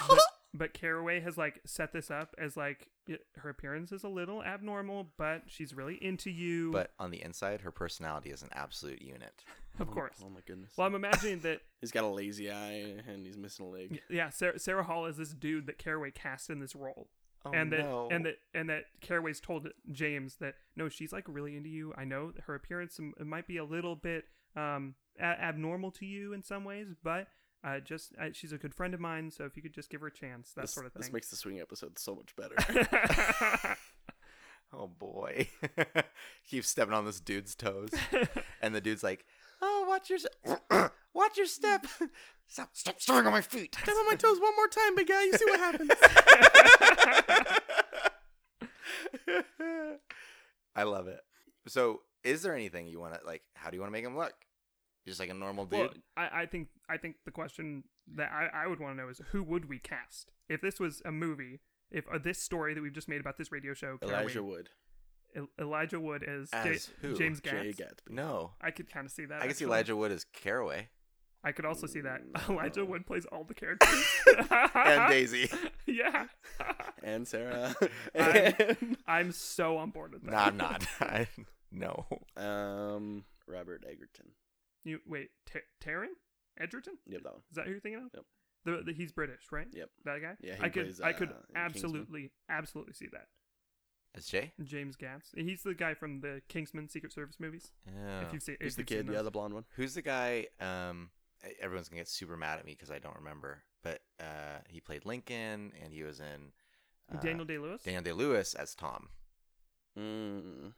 B: but, but Caraway has like set this up as like it- her appearance is a little abnormal, but she's really into you.
A: But on the inside, her personality is an absolute unit.
B: of course.
C: Oh my goodness.
B: Well, I'm imagining that
C: He's got a lazy eye and he's missing a leg.
B: yeah, Sarah, Sarah Hall is this dude that Caraway cast in this role.
A: Oh,
B: and that and that and that Caraway's told James that no, she's like really into you. I know her appearance m- it might be a little bit um a- abnormal to you in some ways, but uh, just uh, she's a good friend of mine. So if you could just give her a chance, that
C: this,
B: sort of
C: This
B: thing.
C: makes the swing episode so much better.
A: Oh boy. Keeps stepping on this dude's toes. and the dude's like, Oh, watch your s- watch your step. Stop stop stepping on my feet. Step on my toes one more time, big guy. You see what happens. I love it. So is there anything you wanna like how do you wanna make him look? Just like a normal dude?
B: well, I, I think I think the question that I, I would want to know is who would we cast if this was a movie? If uh, this story that we've just made about this radio show, Caraway-
C: Elijah Wood,
B: El- Elijah Wood as, Ja-
A: As who?
B: James
C: Jay
B: Gatz.
C: Gatsby.
A: no.
B: I could kind of see that.
A: I can see
B: actually.
A: Elijah Wood as Caraway.
B: I could also see that
C: Mm,
B: Elijah
C: no.
B: Wood plays all the characters.
A: And Daisy.
B: yeah,
C: and Sarah.
B: I'm- I'm so on board with that.
A: no, I'm not. I, no.
C: um, Robert Egerton.
B: You wait, T- Taryn Edgerton?
C: Yep, that one.
B: Is that who you're thinking of?
C: Yep.
B: The, the he's British, right?
C: Yep.
B: That guy.
C: Yeah, he
B: I could
C: plays,
B: I could
C: uh, in Kingsman.
B: absolutely absolutely see that.
A: As Jay?
B: James Gaffs. He's the guy from the Kingsman Secret Service movies.
A: Yeah.
B: If you've seen,
C: Oh, He's
B: if
C: the
B: you've seen
C: kid, yeah,
B: those.
C: the blonde one.
A: Who's the guy? Um, e- everyone's gonna get super mad at me because I don't remember. But uh, he played Lincoln, and he was in uh,
B: Daniel Day Lewis.
A: Daniel Day Lewis as Tom.
C: Mm.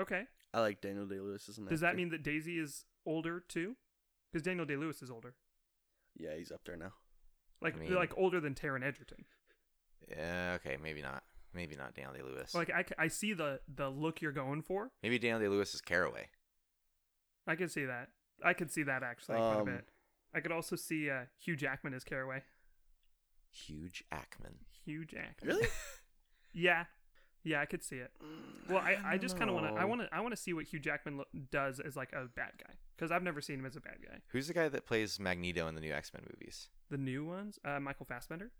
B: Okay.
C: I like Daniel Day Lewis. Isn't
B: Does that mean that Daisy is older too? Because Daniel Day Lewis is older,
C: Yeah, he's up there now.
B: like
A: mean-
B: like older than Taron Edgerton.
A: Yeah, okay, maybe not. Maybe not Daniel Day Lewis.
B: Like I, c- I see the the look you're going for.
A: maybe Daniel Day Lewis is Caraway.
B: I can see that. I could see that actually quite a
C: Um,
B: bit. I could also see uh, Hugh Jackman as Caraway.
A: Huge Ackman.
B: Hugh Jackman.
C: Really?
B: Yeah, yeah, I could see it. Well, I, I just kind of want to I
C: No.
B: want to I want to see what Hugh Jackman lo- does as like a bad guy because I've never seen him as a bad guy.
A: Who's the guy that plays Magneto in the new X Men movies?
B: The new ones, uh, Michael Fassbender.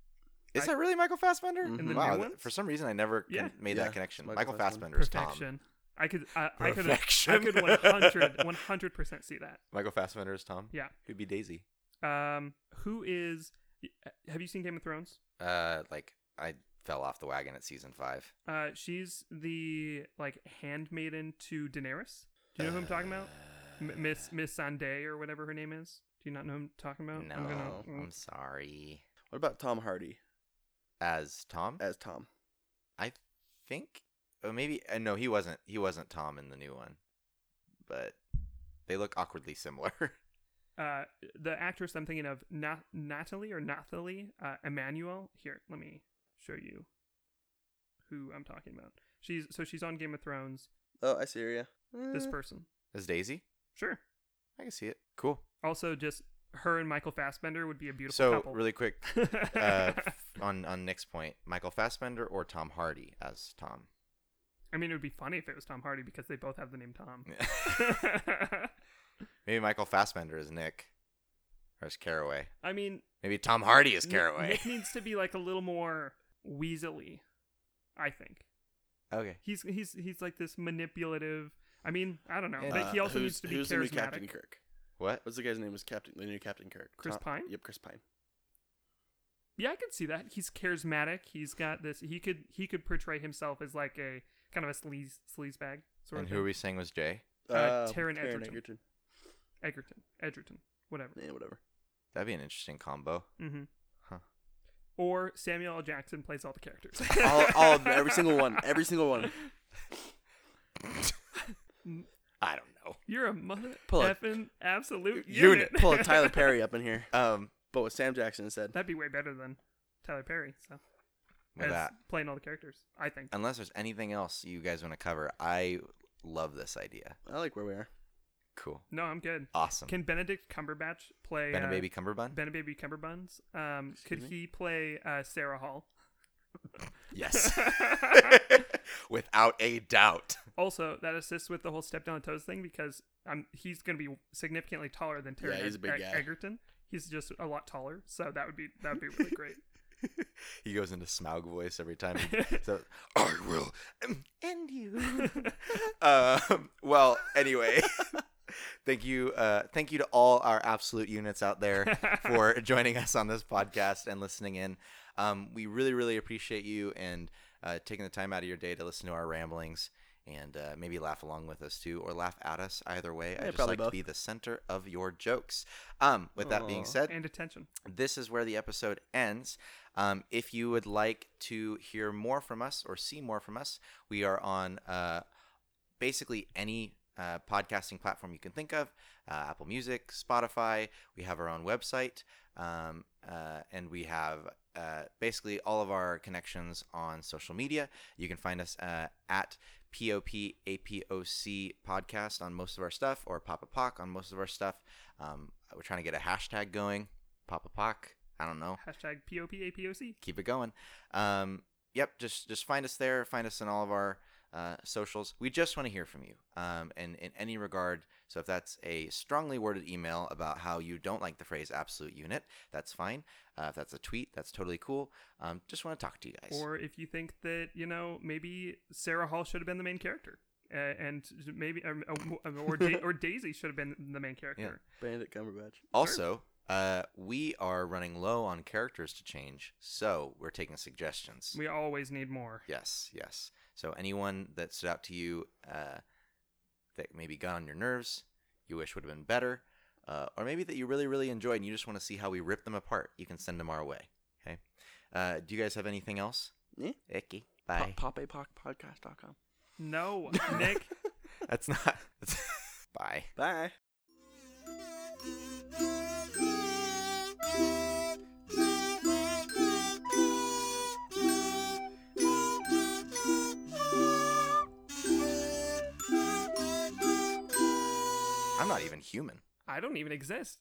A: Is
B: I-
A: that really Michael Fassbender? Mm-hmm.
C: In the
A: wow,
B: new
A: th-
B: ones?
A: for some reason I never con-
B: Yeah.
A: made
C: Yeah,
A: that connection. Michael
C: Michael Fassbender.
A: Fassbender is Tom.
B: Perfection. I could I, I could I
A: Perfection.
B: could one hundred one hundred percent see that.
A: Michael Fassbender is Tom.
B: Yeah.
A: Who'd be Daisy?
B: Um, who is? Have you seen Game of Thrones?
A: Uh, like I fell off the wagon at season five.
B: Uh, she's the like handmaiden to Daenerys. Do you know who I'm talking about? M- Miss Miss Sande or whatever her name is. Do you not know who I'm talking about?
A: no,
B: I'm gonna. mm.
A: I'm sorry.
C: What about Tom Hardy
A: As Tom,
C: as Tom?
A: I think. Oh, maybe. Uh, no, he wasn't. He wasn't Tom in the new one, but they look awkwardly similar.
B: Uh, the actress I'm thinking of, Na- Natalie or Nathalie uh, Emmanuel. Here, let me show you who I'm talking about. She's so she's on Game of Thrones.
C: Oh, I see her. Yeah.
B: This
A: Mm.
C: Eh,
B: person,
A: As Daisy,
B: sure.
A: I can see it. Cool.
B: Also, just her and Michael Fassbender would be a beautiful
A: so
B: couple.
A: really quick, uh, on on Nick's point, Michael Fassbender or Tom Hardy as Tom.
B: I mean, it would be funny if it was Tom Hardy because they both have the name Tom.
A: maybe Michael Fassbender is Nick, or as Caraway.
B: I mean,
A: Maybe Tom Hardy is
B: Nick-
A: Caraway.
B: Nick needs to be like a little more weaselly, I think.
A: okay.
B: He's he's he's like this manipulative. I mean, I don't know.
A: Yeah.
B: Like he
C: uh,
B: also
C: who's-
B: needs to be
C: who's the new Captain
B: charismatic.
C: Kirk?
A: What?
C: What's the guy's name? Was Captain the new Captain Kirk?
B: Chris
C: Tom-
B: Pine?
C: Yep, Chris Pine.
B: Yeah, I could see that. He's charismatic. He's got this. He could he could portray himself as like a kind of a sleaze sleaze bag sort
A: And
B: of
A: who
B: thing.
A: are we saying was Jay?
B: Uh, Taron Egerton. Egerton, Edgerton, whatever.
C: Yeah, whatever.
A: That'd be an interesting combo.
B: Mm-hmm.
A: Huh.
B: Or Samuel L. Jackson plays all the characters.
C: all, all of them, every single one, every single one.
A: I don't know.
B: You're a mother
C: Pull a-
B: effing absolute unit.
A: unit.
C: Pull a Tyler Perry up in here,
A: Um,
C: but with Sam Jackson instead.
B: That'd be way better than Tyler Perry. So
A: with
B: as
A: that,
B: playing all the characters, I think.
C: Uh,
A: unless there's anything else you guys want to cover, I love this idea.
C: I like where we are.
A: Cool,
B: No, I'm good.
A: awesome.
B: Can Benedict Cumberbatch play
A: ben
B: uh,
A: and Baby Cumberbun?
B: Benababy Cumberbuns? Um, could
C: Excuse me?
B: he play uh, Sarah Hall?
A: yes, without a doubt.
B: Also, that assists with the whole step down the toes thing because um, he's going to be significantly taller than Terry
C: Yeah, he's a big guy.
B: Egerton. He's just a lot taller, so that would be that would be really great.
A: He goes into Smaug voice every time. He, so, I will um, end you. um, well, anyway, thank you, uh, thank you to all our absolute units out there for joining us on this podcast and listening in. Um, we really, really appreciate you and uh, taking the time out of your day to listen to our ramblings and uh, maybe laugh along with us too, or laugh at us. Either way, I
C: Yeah,
A: just
C: probably
A: like to
C: both.
A: be the center of your jokes. Um, with that being
C: Aw.
A: said,
B: and attention.
A: this is where the episode ends. Um, if you would like to hear more from us or see more from us, we are on uh, basically any uh, podcasting platform you can think of uh, Apple Music, Spotify. We have our own website, um, uh, and we have uh, basically all of our connections on social media. You can find us uh, at POPAPOC podcast on most of our stuff, or Papa Pock on most of our stuff. Um, we're trying to get a hashtag going. Papa Pock. I don't know.
B: Hashtag POPAPOC.
A: Keep it going. Um, yep. Just just find us there. Find us in all of our uh, socials. We just want to hear from you. Um, and in any regard. So if that's a strongly worded email about how you don't like the phrase absolute unit, that's fine. Uh, if that's a tweet, that's totally cool. Um, just want to talk to you guys.
B: Or if you think that you know maybe Sarah Hall should have been the main character, uh, and um, maybe um, uh, or da- or Daisy should have been the main character.
C: Bandit Cumberbatch.
A: also. Uh, we are running low on characters to change, so we're taking suggestions.
B: We always need more.
A: Yes, yes. So anyone that stood out to you uh, that maybe got on your nerves, you wish would have been better, uh, or maybe that you really, really enjoyed and you just want to see how we rip them apart, you can send them our way. Okay. Uh, do you guys have anything else?
C: Yeah.
A: Icky. Bye.
C: Popapodcast.com.
B: No, Nick.
A: That's not. That's, bye.
C: Bye.
A: I'm not even human.
B: I don't even exist.